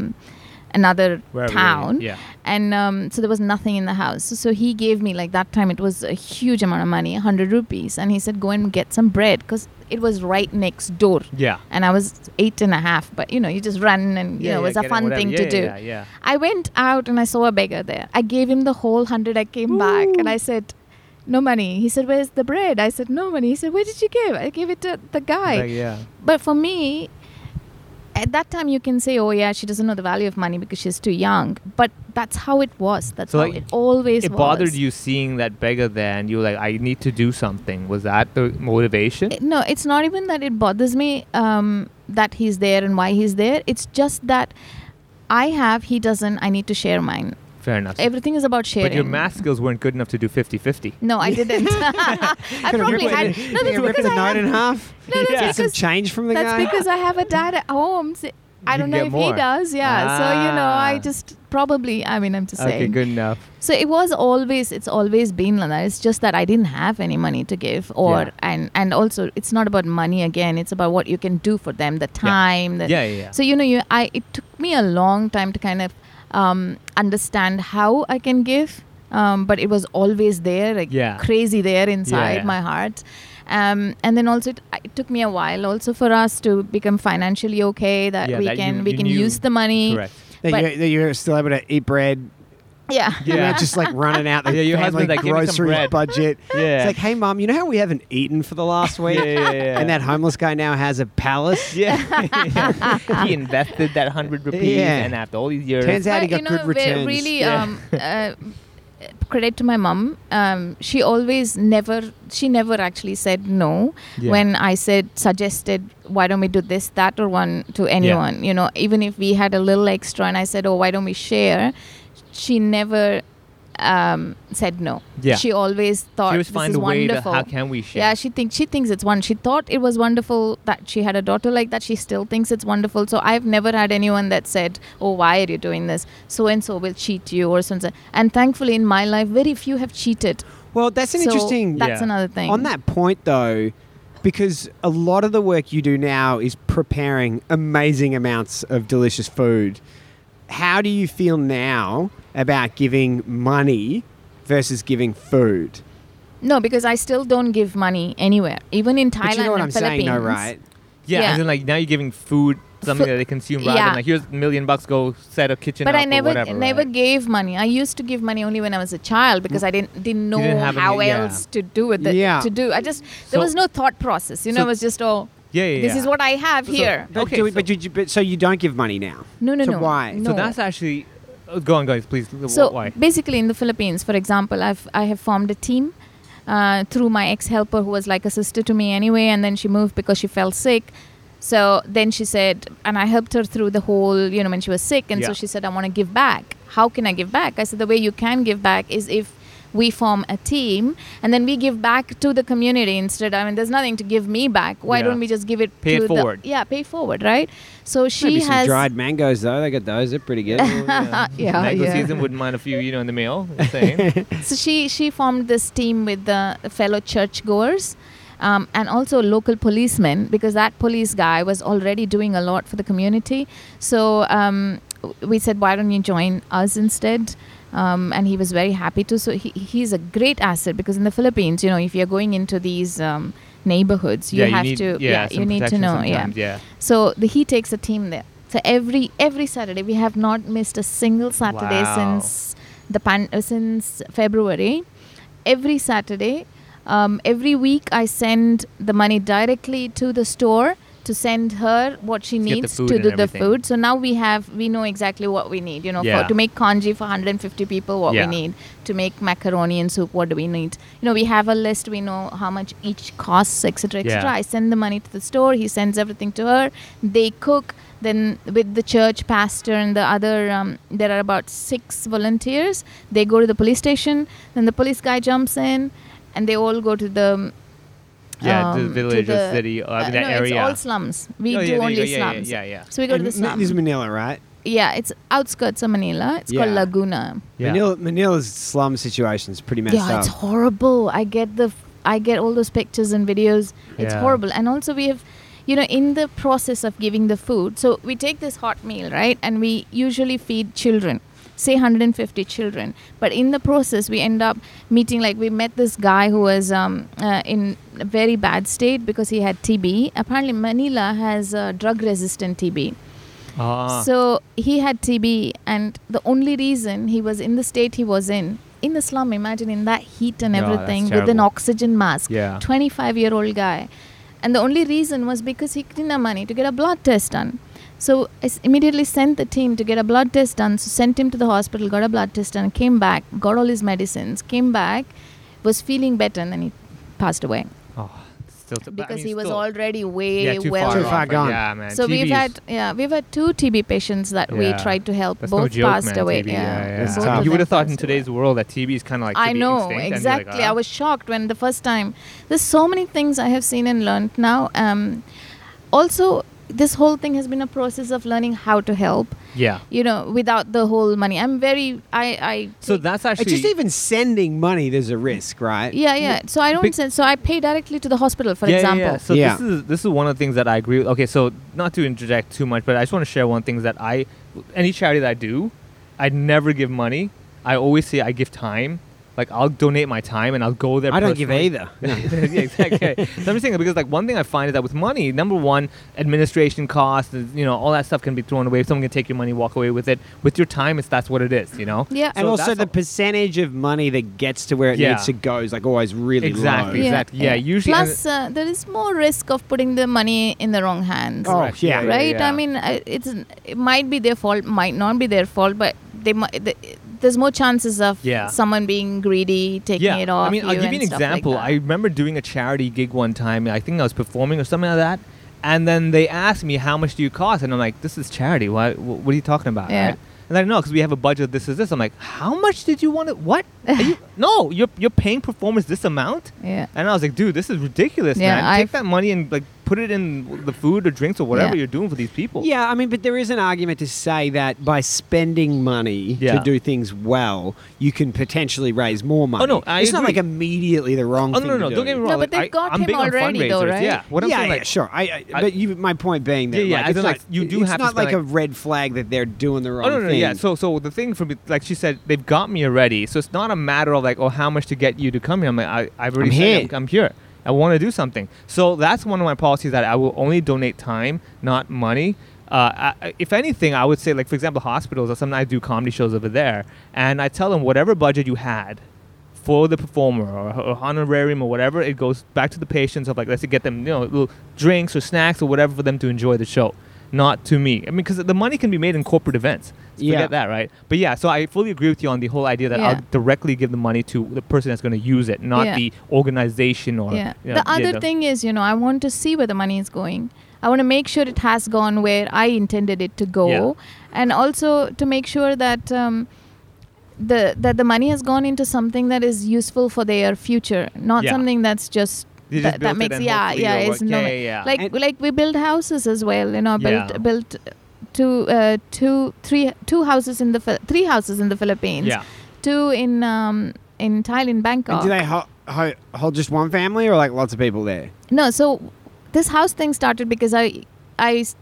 Speaker 5: another
Speaker 4: Wherever you-
Speaker 5: town
Speaker 4: Yeah.
Speaker 5: and um, so there was nothing in the house so, so he gave me like that time it was a huge amount of money 100 rupees and he said go and get some bread because it was right next door
Speaker 4: Yeah.
Speaker 5: and i was eight and a half but you know you just run and you
Speaker 4: yeah,
Speaker 5: know it was
Speaker 4: yeah,
Speaker 5: a
Speaker 4: get
Speaker 5: fun
Speaker 4: whatever.
Speaker 5: thing
Speaker 4: yeah,
Speaker 5: to
Speaker 4: yeah,
Speaker 5: do
Speaker 4: Yeah, yeah.
Speaker 5: i went out and i saw a beggar there i gave him the whole 100 i came back and i said no money he said where's the bread i said no money he said where did you give i gave it to the guy
Speaker 4: Like, yeah.
Speaker 5: but for me, at that time, you can say, "Oh yeah, she doesn't know the value of money because she's too young." But that's how it was. That's
Speaker 4: So,
Speaker 5: how
Speaker 4: like,
Speaker 5: it always
Speaker 4: It
Speaker 5: was.
Speaker 4: bothered you seeing that beggar there, and you were like, "I need to do something." Was that the motivation?
Speaker 5: It- Eh, no, it's not even that it bothers me um, that he's there and why he's there. It's just that I have, he doesn't. I need to share mine.
Speaker 4: Fair enough.
Speaker 5: Everything is about sharing.
Speaker 4: But your math skills weren't good enough to do 50-50.
Speaker 5: No, I didn't. I probably had. No, that's
Speaker 3: rip
Speaker 5: because
Speaker 3: the
Speaker 5: I
Speaker 3: nine
Speaker 5: have,
Speaker 3: and a half.
Speaker 5: No, that's
Speaker 3: Get some
Speaker 5: because-
Speaker 3: change from the
Speaker 5: That's
Speaker 3: guy.
Speaker 5: because I have a dad at home. So I
Speaker 4: You
Speaker 5: don't know
Speaker 4: get
Speaker 5: if
Speaker 4: more.
Speaker 5: he does. Yeah. So you know, I
Speaker 4: Ah.
Speaker 5: just probably. I mean, I'm just
Speaker 4: Okay,
Speaker 5: saying.
Speaker 4: good enough.
Speaker 5: So it was always it's always been like that. It's just that I didn't have any money to give or
Speaker 4: Yeah.
Speaker 5: and and also it's not about money again, it's about what you can do for them, the time, the
Speaker 4: Yeah, yeah, yeah.
Speaker 5: So you know you I it took me a long time to kind of um, understand how I can give. Um, but it was always there, like
Speaker 4: Yeah.
Speaker 5: crazy there inside
Speaker 4: yeah.
Speaker 5: my heart. Um, and then also it, it took me a while also for us to become financially okay that
Speaker 4: Yeah,
Speaker 5: we
Speaker 4: that you-
Speaker 5: can we
Speaker 4: you
Speaker 5: can
Speaker 4: knew-
Speaker 5: use the money.
Speaker 4: Correct.
Speaker 3: that,
Speaker 5: but-
Speaker 3: you, that you're still able to eat bread.
Speaker 5: Yeah.
Speaker 3: You're
Speaker 4: Yeah.
Speaker 3: not just like running out the
Speaker 4: Yeah, your
Speaker 3: family
Speaker 4: husband's like, "Give me
Speaker 3: grocery
Speaker 4: some bread."
Speaker 3: budget.
Speaker 4: Yeah.
Speaker 3: It's like, hey, mom, you know how we haven't eaten for the last week?
Speaker 4: Yeah, yeah, yeah, yeah.
Speaker 3: And that homeless guy now has a palace.
Speaker 4: yeah. he invested that hundred rupees,
Speaker 3: Yeah.
Speaker 4: and after all these years,
Speaker 3: Turns out he got
Speaker 5: But,
Speaker 3: good
Speaker 5: we're
Speaker 3: returns.
Speaker 5: Really,
Speaker 4: Yeah.
Speaker 5: um, uh, credit to my mum. Um, she always never, she never actually said no
Speaker 4: Yeah.
Speaker 5: when I said suggested, why don't we do this, that, or one to anyone. You know, even if we had a little extra, and I said, oh, why don't we share? She never um, said no.
Speaker 4: Yeah.
Speaker 5: She always thought
Speaker 4: she always
Speaker 5: this
Speaker 4: find
Speaker 5: is
Speaker 4: a way to
Speaker 5: wonderful.
Speaker 4: how can we share?
Speaker 5: Yeah, she thinks she thinks it's one. She thought it was wonderful that she had a daughter like that. She still thinks it's wonderful. So I've never had anyone that said, "Oh, why are you doing this? So and so will cheat you," or something. And thankfully, in my life, very few have cheated.
Speaker 3: well, that's an
Speaker 5: So
Speaker 3: interesting.
Speaker 5: That's
Speaker 4: Yeah.
Speaker 5: another thing.
Speaker 3: On that point, though, because a lot of the work you do now is preparing amazing amounts of delicious food, how do you feel now about giving money versus giving food?
Speaker 5: No, because I still don't give money anywhere, even in Thailand
Speaker 3: but you know what
Speaker 5: and
Speaker 3: I'm
Speaker 5: Philippines.
Speaker 3: saying, though, right?
Speaker 4: Yeah,
Speaker 5: Yeah.
Speaker 4: and then like now you're giving food something
Speaker 5: Fu-
Speaker 4: that they consume rather
Speaker 5: yeah.
Speaker 4: than like here's a million bucks go set a kitchen.
Speaker 5: but
Speaker 4: up
Speaker 5: I never
Speaker 4: or whatever,
Speaker 5: never
Speaker 4: right?
Speaker 5: gave money. I used to give money only when I was a child because I didn't didn't know
Speaker 4: didn't have any-
Speaker 5: how
Speaker 4: yeah.
Speaker 5: else to do with it.
Speaker 3: Yeah.
Speaker 5: To do, I just
Speaker 4: So-
Speaker 5: there was no thought process. You
Speaker 4: so-
Speaker 5: know, it was just oh,
Speaker 4: Yeah, yeah.
Speaker 5: this
Speaker 4: yeah.
Speaker 5: is what I have here.
Speaker 3: But,
Speaker 4: Okay,
Speaker 3: do,
Speaker 4: so-
Speaker 3: but, you, but so you don't give money now.
Speaker 5: No, no,
Speaker 3: so
Speaker 5: no.
Speaker 3: why?
Speaker 5: No.
Speaker 4: So that's actually. uh, Go on, guys, please. wh-
Speaker 5: So
Speaker 4: why?
Speaker 5: basically, in the Philippines, for example, I've I have formed a team uh, through my ex helper who was like a sister to me anyway, and then she moved because she fell sick. So then she said, and I helped her through the whole, you know, when she was sick. And so
Speaker 4: Yeah.
Speaker 5: she said, I want to give back. How can I give back? I said, the way you can give back is if we form a team and then we give back to the community instead. I mean, there's nothing to give me back. Why
Speaker 4: Yeah.
Speaker 5: don't we just give it
Speaker 4: Pay it
Speaker 5: to the-
Speaker 4: forward.
Speaker 5: yeah, pay forward, right? So she
Speaker 3: Maybe
Speaker 5: has Uh,
Speaker 3: some dried mangoes though. They got those. They're pretty good.
Speaker 5: yeah,
Speaker 4: Mango
Speaker 5: yeah.
Speaker 4: season wouldn't mind a few, you know, in the mail. I'm saying.
Speaker 5: so she she formed this team with the fellow churchgoers um, and also local policemen because that police guy was already doing a lot for the community so um, w- we said why don't you join us instead um, and he was very happy to so he, he's a great asset because in the philippines you know if you're going into these um, neighborhoods you
Speaker 4: yeah,
Speaker 5: have
Speaker 4: need,
Speaker 5: to
Speaker 4: Yeah,
Speaker 5: you
Speaker 4: some
Speaker 5: need to
Speaker 4: protection
Speaker 5: know yeah
Speaker 4: sometimes, yeah.
Speaker 5: so the, he takes a team there. So every every Saturday we have not missed a single Saturday
Speaker 4: Wow.
Speaker 5: since the pan, uh, since February. Every Saturday, um, every week I send the money directly to the store to send her what she
Speaker 4: get the
Speaker 5: needs
Speaker 4: food
Speaker 5: to
Speaker 4: and
Speaker 5: do the
Speaker 4: everything.
Speaker 5: food. So now we have we know exactly what we need. You know,
Speaker 4: Yeah.
Speaker 5: for, to make congee for 150 people, what
Speaker 4: Yeah.
Speaker 5: we need to make macaroni and soup, what do we need? You know, we have a list. We know how much each costs, etc., etc.
Speaker 4: Yeah.
Speaker 5: I send the money to the store. He sends everything to her. They cook. Then with the church pastor and the other, um, there are about six volunteers. They go to the police station. Then the police guy jumps in, and they all go to the
Speaker 4: Yeah, to the
Speaker 5: um,
Speaker 4: village or
Speaker 5: the-
Speaker 4: city or
Speaker 5: uh,
Speaker 4: that
Speaker 5: no,
Speaker 4: area.
Speaker 5: it's all slums. We
Speaker 4: Oh,
Speaker 5: do
Speaker 4: yeah, there you
Speaker 5: only
Speaker 4: go. Yeah, yeah,
Speaker 5: slums.
Speaker 4: yeah, yeah.
Speaker 5: So we go to the
Speaker 3: And Ma-
Speaker 5: slums.
Speaker 3: This is Manila, right?
Speaker 5: yeah, it's outskirts of Manila. It's called
Speaker 3: Yeah.
Speaker 5: Laguna.
Speaker 4: Yeah.
Speaker 3: Manila, Manila's slum situation is pretty messed
Speaker 5: yeah,
Speaker 3: up.
Speaker 5: it's horrible. I get the I get all those pictures and videos. It's
Speaker 4: Yeah.
Speaker 5: horrible. And also we have you know in the process of giving the food. So we take this hot meal, right? And we usually feed children. Say 150 children, but in the process we end up meeting like we met this guy who was um, uh, in a very bad state because he had TB. Apparently, Manila has uh, drug-resistant TB.
Speaker 4: Ah,
Speaker 5: So he had TB, and the only reason he was in the state he was in, in the slum, imagine in that heat and
Speaker 4: Yeah, that's
Speaker 5: everything, with an
Speaker 4: terrible.
Speaker 5: oxygen mask,
Speaker 4: Yeah.
Speaker 5: 25 year old guy. And the only reason was because he didn't have money to get a blood test done. So I s- immediately sent the team to get a blood test done. So sent him to the hospital, got a blood test done, came back, got all his medicines, came back, was feeling better, and then he passed away
Speaker 4: oh, still, but I
Speaker 5: because
Speaker 4: mean,
Speaker 5: he was
Speaker 4: still-
Speaker 5: already way
Speaker 4: yeah, too
Speaker 5: well
Speaker 4: far
Speaker 3: Too
Speaker 5: off.
Speaker 3: far
Speaker 4: off,
Speaker 3: gone.
Speaker 4: Yeah, man.
Speaker 5: So we've
Speaker 4: TB is-
Speaker 5: had yeah we've had two TB patients that we
Speaker 4: Yeah.
Speaker 5: tried to help.
Speaker 4: That's
Speaker 5: both
Speaker 4: no joke,
Speaker 5: passed
Speaker 4: man,
Speaker 5: away.
Speaker 4: TB,
Speaker 5: yeah,
Speaker 4: yeah,
Speaker 5: both
Speaker 3: It's
Speaker 5: of
Speaker 3: tough.
Speaker 4: You
Speaker 5: them
Speaker 4: would have thought in
Speaker 5: passed
Speaker 4: today's
Speaker 5: away.
Speaker 4: world that TB is kind of like
Speaker 5: I
Speaker 4: to be
Speaker 5: know
Speaker 4: extinct, and you're like,
Speaker 5: exactly.
Speaker 4: ah.
Speaker 5: I was shocked when the first time. There's so many things I have seen and learned now. Um, also, this whole thing has been a process of learning how to help.
Speaker 4: Yeah.
Speaker 5: You know, without the whole money. I'm very I I.
Speaker 4: So
Speaker 5: take-
Speaker 4: that's
Speaker 3: It's
Speaker 4: actually
Speaker 3: Uh, just even sending money. There's a risk, right?
Speaker 5: yeah yeah. So I don't
Speaker 4: Bec-
Speaker 5: send. So I pay directly to the hospital, for example.
Speaker 4: So
Speaker 3: Yeah.
Speaker 4: this is this is one of the things that I agree with. Okay, so not to interject too much, but I just want to share one thing that I any charity that I do, I never give money. I always say I give time. Like I'll donate my time and I'll go there.
Speaker 3: I don't give
Speaker 4: personally.
Speaker 3: either.
Speaker 4: yeah, exactly. Okay. So I'm just saying that because like one thing I find is that with money, number one, administration costs, and, you know, all that stuff can be thrown away. Someone can take your money, walk away with it. With your time, it's that's what it is, you know.
Speaker 5: Yeah.
Speaker 3: And
Speaker 4: So
Speaker 3: also
Speaker 4: that's
Speaker 3: the
Speaker 4: all-
Speaker 3: percentage of money that gets to where it
Speaker 4: Yeah.
Speaker 3: needs to go is like always really
Speaker 4: Exactly,
Speaker 3: low.
Speaker 4: exactly. Yeah, usually-
Speaker 5: Plus, uh, there is more risk of putting the money in the wrong hands.
Speaker 3: Oh,
Speaker 4: Correct.
Speaker 3: yeah.
Speaker 5: right?
Speaker 4: yeah.
Speaker 5: I mean, I- it's it might be their fault, might not be their fault, but they might. The, there's more chances of
Speaker 4: Yeah.
Speaker 5: someone being greedy, taking
Speaker 4: yeah.
Speaker 5: it off.
Speaker 4: I mean, I'll
Speaker 5: you
Speaker 4: give you an
Speaker 5: and stuff like
Speaker 4: example.
Speaker 5: that.
Speaker 4: I remember doing a charity gig one time. I think I was performing or something like that. And then they asked me, how much do you cost? And I'm like, this is charity. Why, wh- what are you talking about?
Speaker 5: Yeah.
Speaker 4: Right? And I know because we have a budget. This is this. I'm like, how much did you want to? What? Are you, no, you're you're paying performers this amount.
Speaker 5: yeah.
Speaker 4: And I was like, dude, this is ridiculous,
Speaker 5: Yeah,
Speaker 4: man.
Speaker 5: I've-
Speaker 4: Take that money and like put it in the food or drinks or whatever
Speaker 5: Yeah.
Speaker 4: you're doing for these people.
Speaker 3: Yeah, I mean, but there is an argument to say that by spending money
Speaker 4: Yeah. Oh,
Speaker 3: to do things well, you can potentially raise more money.
Speaker 4: no, I
Speaker 3: it's not
Speaker 4: agree.
Speaker 3: like immediately the wrong
Speaker 4: Oh
Speaker 3: thing.
Speaker 4: no, no,
Speaker 3: to
Speaker 4: no!
Speaker 3: do.
Speaker 4: Don't get me wrong.
Speaker 5: No,
Speaker 4: like,
Speaker 5: but they've
Speaker 4: I,
Speaker 5: got
Speaker 4: I'm
Speaker 5: him
Speaker 4: big on
Speaker 5: already though,
Speaker 4: fundraisers,
Speaker 5: right?
Speaker 4: Yeah. What I'm
Speaker 3: yeah,
Speaker 4: saying,
Speaker 3: yeah,
Speaker 4: like,
Speaker 3: sure. I, I,
Speaker 4: I-
Speaker 3: but you, my point being that
Speaker 4: Yeah, yeah,
Speaker 3: like,
Speaker 4: I
Speaker 3: it's
Speaker 4: don't
Speaker 3: not,
Speaker 4: like- you do
Speaker 3: it's
Speaker 4: have to
Speaker 3: not
Speaker 4: spend,
Speaker 3: like a
Speaker 4: like-
Speaker 3: red flag that they're doing the wrong
Speaker 4: Oh no, no, no,
Speaker 3: thing.
Speaker 4: yeah. So, so the thing from like she said, they've got me already. So it's not a matter of like, oh, how much to get you to come here. I'm like, I, I've already
Speaker 3: I'm
Speaker 4: said
Speaker 3: here.
Speaker 4: I'm, I'm here. I want to do something. So that's one of my policies that I will only donate time, not money. Uh, I, I- if anything, I would say, like for example, hospitals. Or sometimes I do comedy shows over there, and I tell them whatever budget you had for the performer or, or honorarium or whatever, it goes back to the patients of like let's say get them you know little drinks or snacks or whatever for them to enjoy the show, not to me. I mean, because the money can be made in corporate events. Let's
Speaker 3: Yeah.
Speaker 4: Forget that, right? But yeah, so I fully agree with you on the whole idea that
Speaker 5: Yeah.
Speaker 4: I'll directly give the money to the person that's going to use it, not
Speaker 5: Yeah.
Speaker 4: the organization or
Speaker 5: yeah.
Speaker 4: you know,
Speaker 5: the other thing is, you know, I want to see where the money is going. I want to make sure it has gone where I intended it to go,
Speaker 4: Yeah.
Speaker 5: and also to make sure that um, the that the money has gone into something that is useful for their future, not
Speaker 4: Yeah.
Speaker 5: something that's just.
Speaker 4: You just
Speaker 5: that,
Speaker 4: built
Speaker 5: that
Speaker 4: it
Speaker 5: makes
Speaker 4: and
Speaker 5: yeah
Speaker 4: hopefully
Speaker 5: yeah
Speaker 4: it'll
Speaker 5: it's
Speaker 4: work.
Speaker 5: no
Speaker 4: Yeah, yeah, yeah.
Speaker 5: like
Speaker 3: And-
Speaker 5: like we build houses as well you know I built
Speaker 4: Yeah.
Speaker 5: built two uh, two three two houses in the Phil- three houses in the Philippines
Speaker 4: Yeah.
Speaker 5: two in um, in Thailand Bangkok
Speaker 3: And do they ho- ho- hold just one family or like lots of people there?
Speaker 5: No, so this house thing started because I, I, s-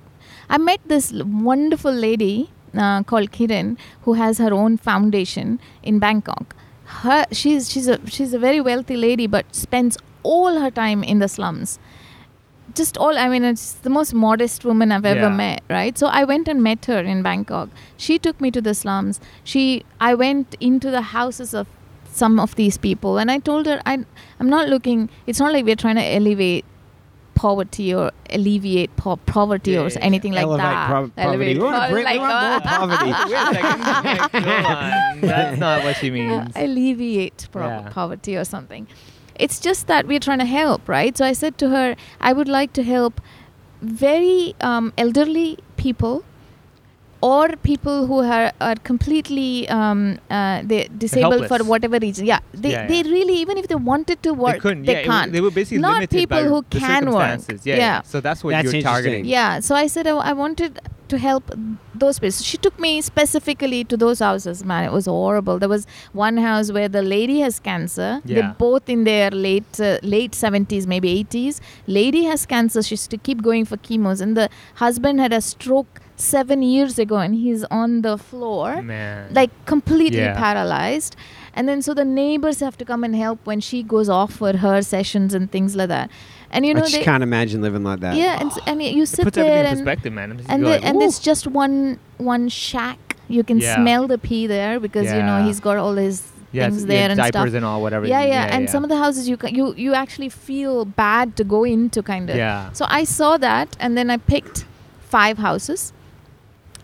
Speaker 5: I met this l- wonderful lady uh, called Kiran who has her own foundation in Bangkok. Her she's she's a she's a very wealthy lady, but spends all her time in the slums. Just all I mean, it's the most modest woman I've ever
Speaker 4: Yeah.
Speaker 5: met, right? So I went and met her in Bangkok. She took me to the slums. She I went into the houses of some of these people and i told her I, i'm not looking it's not like we're trying to elevate poverty or alleviate po- poverty
Speaker 4: Yeah,
Speaker 5: or
Speaker 4: yeah, yeah.
Speaker 5: anything like
Speaker 3: Elevate
Speaker 5: that
Speaker 3: pro- poverty.
Speaker 5: Elevate
Speaker 3: We want to
Speaker 5: poverty,
Speaker 3: bring- we want
Speaker 5: uh,
Speaker 3: more poverty.
Speaker 4: Wait a second. Like, come on. That's not what she
Speaker 5: uh,
Speaker 4: means.
Speaker 5: alleviate pro-
Speaker 4: Yeah.
Speaker 5: poverty or something it's just that we're trying to help right so i said to her i would like to help very um, elderly people or people who are, are completely um, uh, they disabled for
Speaker 4: helpless.
Speaker 5: whatever reason. Yeah, they,
Speaker 4: Yeah, yeah.
Speaker 5: they really even if they wanted to work,
Speaker 4: they couldn't. yeah, it w-
Speaker 5: can't.
Speaker 4: they were basically
Speaker 5: Not
Speaker 4: limited
Speaker 5: people
Speaker 4: by
Speaker 5: who
Speaker 4: the
Speaker 5: can work.
Speaker 4: circumstances. Yeah, yeah.
Speaker 5: Yeah.
Speaker 4: So that's what
Speaker 3: That's
Speaker 4: you're targeting.
Speaker 5: Yeah, so I said I, I wanted to help those people. She took me specifically to those houses. Man, it was horrible. There was one house where the lady has cancer.
Speaker 4: Yeah.
Speaker 5: They're both in their late uh, late seventies, maybe eighties. Lady has cancer. She's to keep going for chemo's, and the husband had a stroke seven years ago, and he's on the floor
Speaker 4: Man.
Speaker 5: like completely
Speaker 4: Yeah.
Speaker 5: paralyzed and then so the neighbors have to come and help when she goes off for her sessions and things like that and you know
Speaker 3: I just
Speaker 5: they
Speaker 3: can't imagine living like that.
Speaker 5: yeah and, s- and you
Speaker 4: it
Speaker 5: sit
Speaker 4: puts
Speaker 5: there
Speaker 4: everything in
Speaker 5: and
Speaker 4: perspective, man. I'm just
Speaker 5: and,
Speaker 4: go
Speaker 5: the,
Speaker 4: like,
Speaker 5: and
Speaker 4: "Ooh."
Speaker 5: it's just one one shack you can
Speaker 4: Yeah.
Speaker 5: smell the pee there because you know
Speaker 4: Yeah.
Speaker 5: he's got all his
Speaker 4: yeah, it's-
Speaker 5: things
Speaker 4: yeah,
Speaker 5: there and
Speaker 4: diapers
Speaker 5: stuff
Speaker 4: and all whatever.
Speaker 5: yeah, yeah, and some of the houses you ca- you you actually feel bad to go into kind of.
Speaker 4: Yeah.
Speaker 5: So I saw that, and then I picked five houses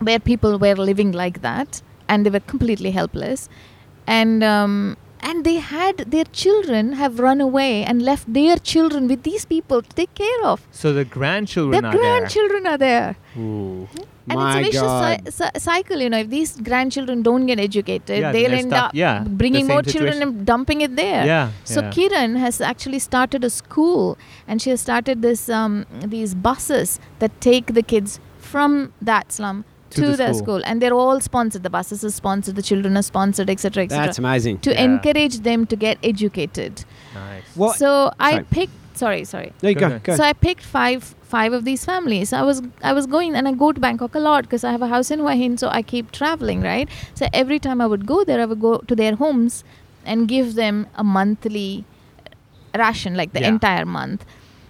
Speaker 5: where people were living like that, and they were completely helpless, and um, and they had their children have run away and left their children with these people to take care of.
Speaker 4: so the grandchildren
Speaker 5: Their
Speaker 4: are there.
Speaker 5: grandchildren are there.
Speaker 4: Ooh.
Speaker 5: And
Speaker 3: My
Speaker 5: it's a
Speaker 3: God.
Speaker 5: vicious cy- cy- cycle, you know. If these grandchildren don't get educated,
Speaker 4: Yeah, then
Speaker 5: they'll
Speaker 4: they're
Speaker 5: end
Speaker 4: stuck.
Speaker 5: up
Speaker 4: Yeah, the
Speaker 5: bringing
Speaker 4: same
Speaker 5: more children
Speaker 4: situation.
Speaker 5: and dumping it there.
Speaker 4: Yeah,
Speaker 5: So
Speaker 4: yeah.
Speaker 5: Kiran has actually started a school, and she has started this um, these buses that take the kids from that slum
Speaker 4: To
Speaker 5: to,
Speaker 4: the
Speaker 5: the
Speaker 4: school.
Speaker 5: school, and they're all sponsored. The buses are sponsored, the children are sponsored, etc., etc.
Speaker 3: That's amazing.
Speaker 5: to
Speaker 4: Yeah.
Speaker 5: encourage them to get educated.
Speaker 4: Nice.
Speaker 3: What?
Speaker 5: So I
Speaker 3: Sorry.
Speaker 5: picked. Sorry, sorry.
Speaker 3: no, you
Speaker 4: Go
Speaker 3: go,
Speaker 4: ahead.
Speaker 3: go.
Speaker 5: So I picked five five of these families. I was I was going and I go to Bangkok a lot because I have a house in Hua Hin, so I keep traveling, right? So every time I would go there, I would go to their homes and give them a monthly ration, like the
Speaker 4: Yeah.
Speaker 5: entire month.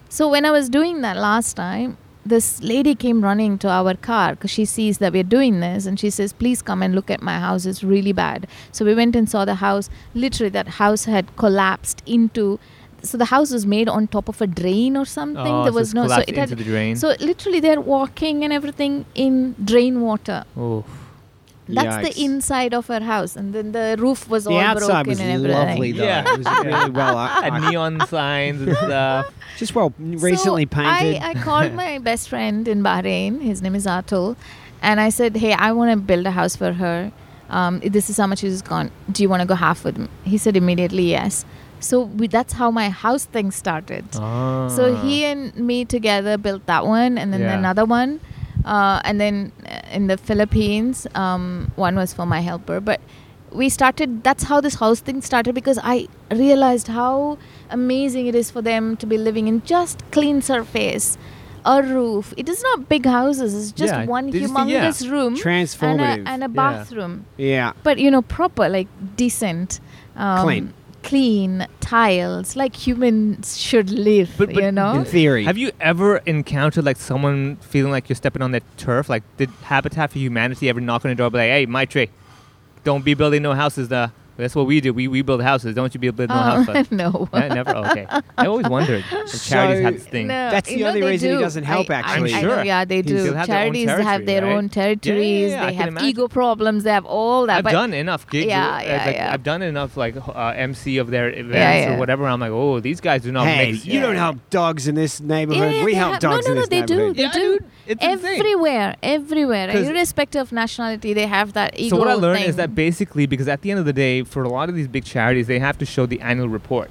Speaker 5: So when I was doing that last time, this lady came running to our car because she sees that we're doing this and she says, Please come and look at my house, it's really bad. So we went and saw the house. Literally, that house had collapsed into. So the house was made on top of a drain or something.
Speaker 4: Oh,
Speaker 5: there
Speaker 4: so
Speaker 5: was
Speaker 4: it's
Speaker 5: no. So
Speaker 4: collapsed
Speaker 5: it had.
Speaker 4: into the drain.
Speaker 5: So literally, they're walking and everything in drain water.
Speaker 4: Ooh.
Speaker 5: That's the
Speaker 3: Yikes.
Speaker 5: inside of her house, and then the roof was
Speaker 3: The
Speaker 5: all
Speaker 3: outside
Speaker 5: broken
Speaker 3: was
Speaker 5: and everything.
Speaker 3: lovely though.
Speaker 4: Yeah.
Speaker 3: It was really well,
Speaker 4: Had
Speaker 3: I,
Speaker 4: neon signs and stuff.
Speaker 3: just well recently
Speaker 5: so
Speaker 3: painted.
Speaker 5: I, I called my best friend in Bahrain. His name is Atul, and I said, "Hey, I want to build a house for her. Um, this is how much she's gone. Do you want to go half with me?" He said immediately yes. So we, that's how my house thing started.
Speaker 4: Ah.
Speaker 5: So he and me together built that one, and then
Speaker 4: Yeah.
Speaker 5: another one, uh, and then uh, in the Philippines, um, one was for my helper. But we started. That's how this house thing started because I realized how amazing it is for them to be living in just clean surface, a roof. It is not big houses. It's just
Speaker 4: Yeah,
Speaker 5: one
Speaker 4: they just think- yeah.
Speaker 5: humongous room, and
Speaker 3: Transformative.
Speaker 5: a, and a
Speaker 4: Yeah.
Speaker 5: bathroom.
Speaker 3: yeah.
Speaker 5: But you know, proper, like decent, um,
Speaker 3: Clean.
Speaker 5: clean tiles like humans should live,
Speaker 4: But- but
Speaker 5: you know?
Speaker 3: in theory.
Speaker 4: Have you ever encountered like someone feeling like you're stepping on their turf? Like, did Habitat for Humanity ever knock on the door, and be like, "Hey, my tree, don't be building no houses." The that's what we do. We we build houses. Don't you be building no
Speaker 5: Oh,
Speaker 4: houses? Like,
Speaker 5: no.
Speaker 4: I never. oh, Okay, I always wondered. If charities
Speaker 3: So-
Speaker 4: had this thing.
Speaker 5: No,
Speaker 3: That's the
Speaker 5: you know
Speaker 3: only
Speaker 5: they
Speaker 3: reason he
Speaker 5: do.
Speaker 3: doesn't help,
Speaker 5: I- I-
Speaker 3: actually.
Speaker 5: I,
Speaker 4: Sure.
Speaker 5: know, yeah, they
Speaker 4: He's-
Speaker 5: do.
Speaker 4: they'll have their own
Speaker 5: Charities have their
Speaker 4: territory,
Speaker 5: own
Speaker 4: right? Yeah, yeah, yeah,
Speaker 5: territories.
Speaker 4: I
Speaker 5: They
Speaker 4: can
Speaker 5: have
Speaker 4: imagine.
Speaker 5: ego problems. They have all that.
Speaker 4: I've
Speaker 5: but
Speaker 4: done enough gigs.
Speaker 5: Yeah,
Speaker 4: uh,
Speaker 5: yeah,
Speaker 4: like,
Speaker 5: yeah.
Speaker 4: I've done enough like h- uh, MC of their events
Speaker 5: yeah.
Speaker 4: or whatever. I'm like, oh, these guys do not
Speaker 3: hey,
Speaker 4: mix.
Speaker 3: you don't help dogs in this neighborhood. we
Speaker 5: they
Speaker 3: help
Speaker 5: have-
Speaker 3: dogs
Speaker 5: No,
Speaker 3: in
Speaker 5: no, no.
Speaker 3: this
Speaker 5: They do.
Speaker 3: neighborhood.
Speaker 5: They
Speaker 4: Yeah,
Speaker 5: do.
Speaker 4: dude, it's insane.
Speaker 5: everywhere, everywhere,
Speaker 4: 'Cause-
Speaker 5: irrespective of nationality, they have that ego.
Speaker 4: So what I learned
Speaker 5: thing.
Speaker 4: is that basically, because at the end of the day, for a lot of these big charities, they have to show the annual report,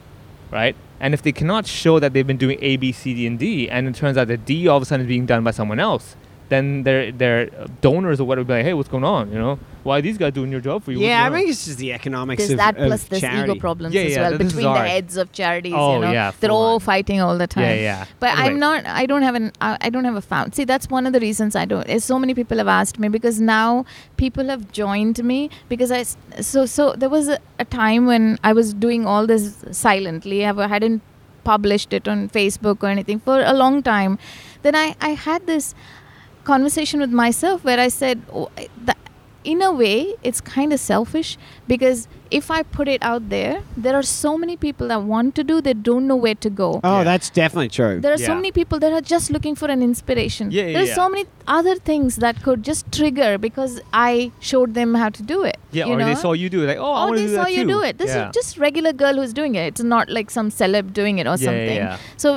Speaker 4: right? And if they cannot show that they've been doing A, B, C, D, and D, and it turns out that D all of a sudden is being done by someone else, then their their uh, donors or whatever be like, hey, what's going on? You know, why are these guys doing your job for you? What's
Speaker 3: Yeah, I
Speaker 4: going on?"
Speaker 3: think it's just the economics
Speaker 5: there's
Speaker 3: of,
Speaker 5: that
Speaker 3: of
Speaker 5: plus this
Speaker 3: charity.
Speaker 5: ego problems
Speaker 4: Yeah,
Speaker 5: as
Speaker 4: yeah,
Speaker 5: well
Speaker 4: this is
Speaker 5: between the
Speaker 4: ours.
Speaker 5: heads of charities.
Speaker 4: Oh,
Speaker 5: you know,
Speaker 4: yeah,
Speaker 5: they're
Speaker 4: full
Speaker 5: all
Speaker 4: on.
Speaker 5: fighting all the time.
Speaker 4: Yeah, yeah.
Speaker 5: But I'm
Speaker 4: Right.
Speaker 5: not. I don't have an. I I don't have a found. See, that's one of the reasons I don't. Is so many people have asked me because now people have joined me because I. s- So so there was a, a time when I was doing all this silently. I hadn't published it on Facebook or anything for a long time. Then I I had this conversation with myself where I said, oh, I- tha- in a way, it's kind of selfish because if I put it out there, there are so many people that want to do, they don't know where to go.
Speaker 3: Oh,
Speaker 4: Yeah.
Speaker 3: that's definitely true.
Speaker 5: there are so
Speaker 4: Yeah.
Speaker 5: many people that are just looking for an inspiration.
Speaker 4: Yeah, yeah,
Speaker 5: There's
Speaker 4: yeah.
Speaker 5: so many other things that could just trigger because I showed them how to do it.
Speaker 4: Yeah,
Speaker 5: you
Speaker 4: or
Speaker 5: know?
Speaker 4: they saw you do it. Like, oh, I
Speaker 5: or
Speaker 4: want to
Speaker 5: they
Speaker 4: do that
Speaker 5: saw you
Speaker 4: too."
Speaker 5: do it. This
Speaker 4: Yeah.
Speaker 5: is just regular girl who's doing it. It's not like some celeb doing it or
Speaker 4: Yeah, yeah,
Speaker 5: something.
Speaker 4: yeah.
Speaker 5: So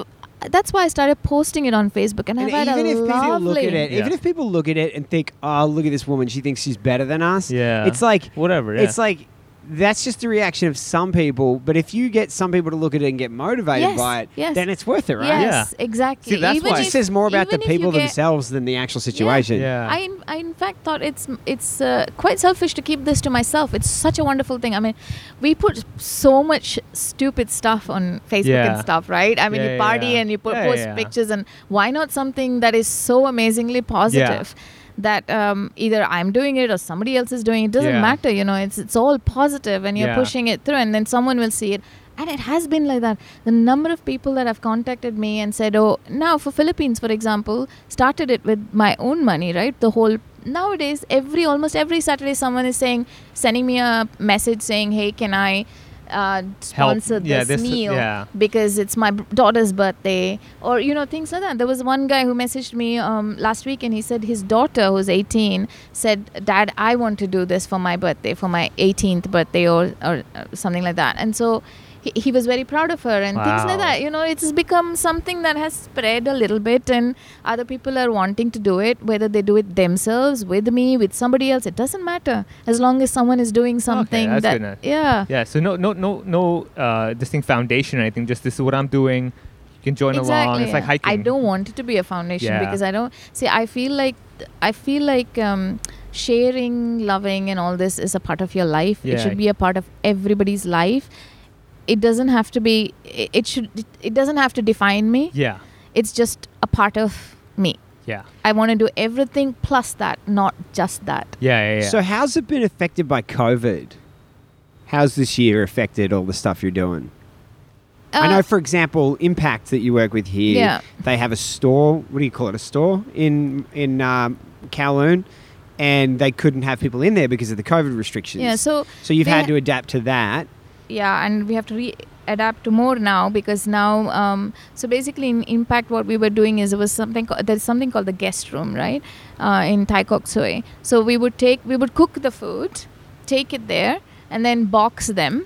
Speaker 5: uh, that's why I started posting it on Facebook, and,
Speaker 3: And
Speaker 5: I've had
Speaker 3: even
Speaker 5: a
Speaker 3: if people
Speaker 5: lovely.
Speaker 3: look at it,
Speaker 4: Yeah.
Speaker 3: even if people look at it and think, "Oh, look at this woman. She thinks she's better than us."
Speaker 4: Yeah.
Speaker 3: It's like
Speaker 4: whatever.
Speaker 3: it's
Speaker 4: yeah.
Speaker 3: like that's just the reaction of some people, but if you get some people to look at it and get motivated
Speaker 5: Yes,
Speaker 3: by it,
Speaker 5: yes.
Speaker 3: then it's worth it, right?
Speaker 5: Yes, exactly.
Speaker 4: See, that's
Speaker 5: even
Speaker 4: why-
Speaker 3: It
Speaker 5: if,
Speaker 3: just says more about the
Speaker 5: even if you
Speaker 3: people
Speaker 5: get-
Speaker 3: themselves than the actual situation.
Speaker 4: Yeah.
Speaker 5: I, in, I in fact thought it's it's uh, quite selfish to keep this to myself. It's such a wonderful thing. I mean, we put so much stupid stuff on Facebook and
Speaker 4: Yeah.
Speaker 5: stuff, right? I mean,
Speaker 4: Yeah,
Speaker 5: you
Speaker 4: yeah,
Speaker 5: party
Speaker 4: yeah.
Speaker 5: and you put,
Speaker 4: Yeah, yeah,
Speaker 5: post
Speaker 4: yeah.
Speaker 5: pictures, and why not something that is so amazingly positive? That um, either I'm doing it or somebody else is doing it. Doesn't
Speaker 4: Yeah.
Speaker 5: matter, you know. It's it's all positive, and you're
Speaker 4: Yeah.
Speaker 5: pushing it through, and then someone will see it. And it has been like that. The number of people that have contacted me and said, "Oh, now for Philippines, for example, started it with my own money, right? The whole nowadays, every almost every Saturday, someone is saying, sending me a message saying, "Hey, can I uh, sponsor
Speaker 4: Yeah,
Speaker 5: this,
Speaker 4: this-
Speaker 5: meal
Speaker 4: yeah.
Speaker 5: because it's my b- daughter's birthday or you know things like that there was one guy who messaged me um, last week and he said his daughter who's 18 said dad i want to do this for my birthday for my 18th birthday or, or uh, something like that and so he, he was very proud of her and things like
Speaker 4: Wow.
Speaker 5: that you know it's become something that has spread a little bit and other people are wanting to do it whether they do it themselves with me with somebody else it doesn't matter as long as someone is doing something
Speaker 4: that's
Speaker 5: that
Speaker 4: good enough.
Speaker 5: yeah
Speaker 4: yeah. So no, no, no, no. Uh, distinct foundation or anything. Just this is what I'm doing. You can join along. It's like hiking.
Speaker 5: I don't want it to be a foundation
Speaker 4: Yeah.
Speaker 5: because I don't see. I feel like I feel like um, sharing, loving, and all this is a part of your life. It
Speaker 4: Yeah.
Speaker 5: should be a part of everybody's life. It doesn't have to be. It, it should. It doesn't have to define me.
Speaker 4: Yeah.
Speaker 5: It's just a part of me.
Speaker 4: Yeah.
Speaker 5: I want to do everything plus that, not just that.
Speaker 4: Yeah. Yeah. yeah.
Speaker 3: So how's it been affected by COVID? How's this year affected all the stuff you're doing? I know,
Speaker 5: Uh,
Speaker 3: for example, Impact that you work with here.
Speaker 5: Yeah.
Speaker 3: They have a store. What do you call it? A store in in um, Kowloon, and they couldn't have people in there because of the COVID restrictions.
Speaker 5: yeah. So
Speaker 3: so you've
Speaker 5: they-
Speaker 3: had to adapt to that.
Speaker 5: yeah and we have to re adapt to more now because now um, so basically in impact what we were doing is there was something ca- there's something called the guest room right uh, in thai kok soy so we would take we would cook the food take it there and then box them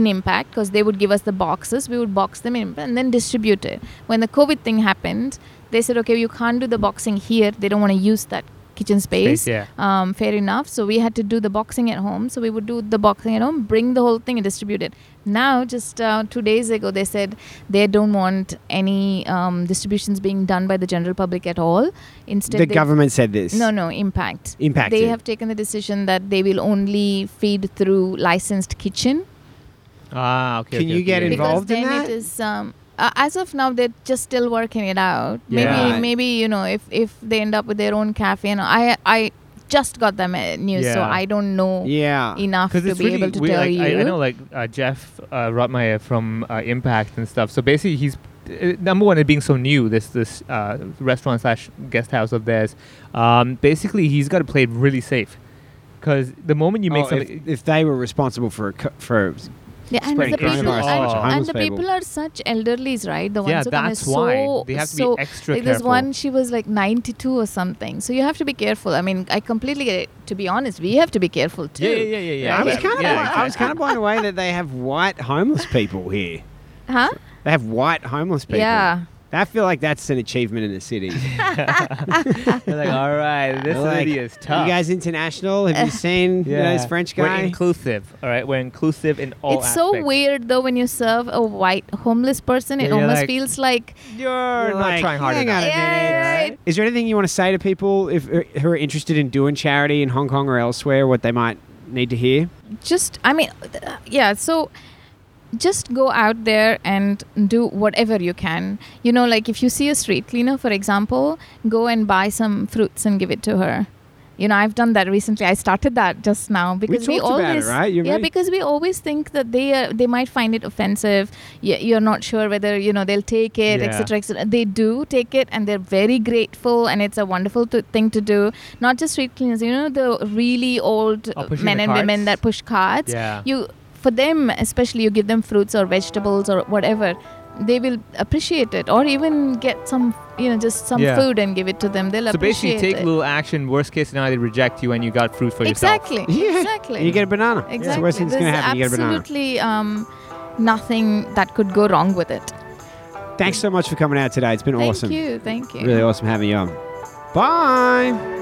Speaker 5: in impact because they would give us the boxes we would box them in and then distribute it when the covid thing happened they said okay you can't do the boxing here they don't want to use that kitchen space,
Speaker 4: Space, yeah.
Speaker 5: um, fair enough so we had to do the boxing at home so we would do the boxing at home bring the whole thing and distribute it now just uh, two days ago they said they don't want any um, distributions being done by the general public at all instead
Speaker 3: the
Speaker 5: they-
Speaker 3: government said this.
Speaker 5: no no impact
Speaker 3: Impact
Speaker 5: they
Speaker 3: it.
Speaker 5: have taken the decision that they will only feed through licensed kitchen
Speaker 4: ah. Okay.
Speaker 3: Can
Speaker 4: okay,
Speaker 3: you
Speaker 4: okay,
Speaker 3: get
Speaker 4: yeah, yeah.
Speaker 3: involved?
Speaker 5: because
Speaker 3: in
Speaker 5: then
Speaker 3: that?
Speaker 5: it is um, uh, as of now they're just still working it out maybe
Speaker 4: Yeah.
Speaker 5: maybe you know if if they end up with their own cafe and i i just got the ma- news, so
Speaker 4: Yeah.
Speaker 5: I don't know
Speaker 3: Yeah.
Speaker 5: enough to
Speaker 4: Because
Speaker 5: be
Speaker 4: it's really
Speaker 5: able to
Speaker 4: weird.
Speaker 5: tell
Speaker 4: like,
Speaker 5: you.
Speaker 4: I, I know, like uh, Jeff uh, Rotmeyer from uh, Impact and stuff. So basically, he's uh, number one. It being so new, this this uh, restaurant slash guest house of theirs. Um, basically, he's got to play it really safe. Because the moment you make
Speaker 3: Oh, if-
Speaker 4: something,
Speaker 3: if, they were responsible for a co- for
Speaker 5: yeah, and
Speaker 3: spreading
Speaker 5: the people,
Speaker 4: coronavirus
Speaker 5: and-
Speaker 4: to such
Speaker 5: and
Speaker 3: homeless
Speaker 5: the
Speaker 3: people.
Speaker 5: people are such elderlies, right? The ones
Speaker 4: yeah,
Speaker 5: who come
Speaker 4: that's
Speaker 5: is
Speaker 4: why
Speaker 5: so
Speaker 4: they have to
Speaker 5: so
Speaker 4: be extra
Speaker 5: like there's
Speaker 4: careful.
Speaker 5: one she was like 92 or something so you have to be careful i mean i completely get it to be honest we have to be careful too
Speaker 4: yeah, yeah, yeah, yeah, yeah.
Speaker 3: I was
Speaker 4: yeah,
Speaker 3: kind of
Speaker 4: yeah,
Speaker 3: I was kind of blown away that they have white homeless people here.
Speaker 5: huh
Speaker 3: They have white homeless people.
Speaker 5: yeah
Speaker 3: I feel like that's an achievement in the city.
Speaker 4: They're like, all right, this
Speaker 3: Like,
Speaker 4: lady is tough.
Speaker 3: You guys international? Have you seen you know, this French guy?
Speaker 4: We're inclusive, all right. We're inclusive in all.
Speaker 5: it's so
Speaker 4: aspects.
Speaker 5: weird though when you serve a white homeless person
Speaker 4: Yeah,
Speaker 5: it
Speaker 4: you're
Speaker 5: almost
Speaker 4: like-
Speaker 5: feels like
Speaker 4: You're not
Speaker 3: Like,
Speaker 4: trying hard
Speaker 3: hang on
Speaker 4: enough.
Speaker 3: a
Speaker 5: yeah,
Speaker 3: minute.
Speaker 5: right.
Speaker 3: Is there anything you want to say to people if uh, who are interested in doing charity in Hong Kong or elsewhere? What they might need to hear?
Speaker 5: just i mean th- yeah so just go out there and do whatever you can you know like if you see a street cleaner for example go and buy some fruits and give it to her you know i've done that recently i started that just now because we,
Speaker 3: talked
Speaker 5: always
Speaker 3: about it, right? You
Speaker 5: yeah
Speaker 3: made-
Speaker 5: because we always think that they uh, they might find it offensive you, you're not sure whether you know they'll take it
Speaker 4: Yeah.
Speaker 5: etc etc they do take it and they're very grateful and it's a wonderful to thing to do not just street cleaners you know the really old
Speaker 4: Oh, pushing
Speaker 5: men
Speaker 4: the
Speaker 5: and women
Speaker 4: carts?
Speaker 5: that push carts
Speaker 4: Yeah.
Speaker 5: you for them especially you give them fruits or vegetables or whatever they will appreciate it or even get some you know just some
Speaker 4: Yeah.
Speaker 5: food and give it to them they'll
Speaker 4: So basically,
Speaker 5: appreciate
Speaker 4: take
Speaker 5: it
Speaker 4: a little action. Worst case scenario, they reject you, and you got fruit for
Speaker 5: exactly
Speaker 4: yourself.
Speaker 5: exactly
Speaker 3: And you get a banana. That's the
Speaker 5: exactly
Speaker 3: worst thing that's going to
Speaker 5: There's
Speaker 3: happen. You get a banana.
Speaker 5: absolutely um, nothing that could go wrong with it
Speaker 3: Thanks so much for coming out today. It's been
Speaker 5: thank
Speaker 3: awesome.
Speaker 5: you thank you
Speaker 3: Really awesome having you on. Bye.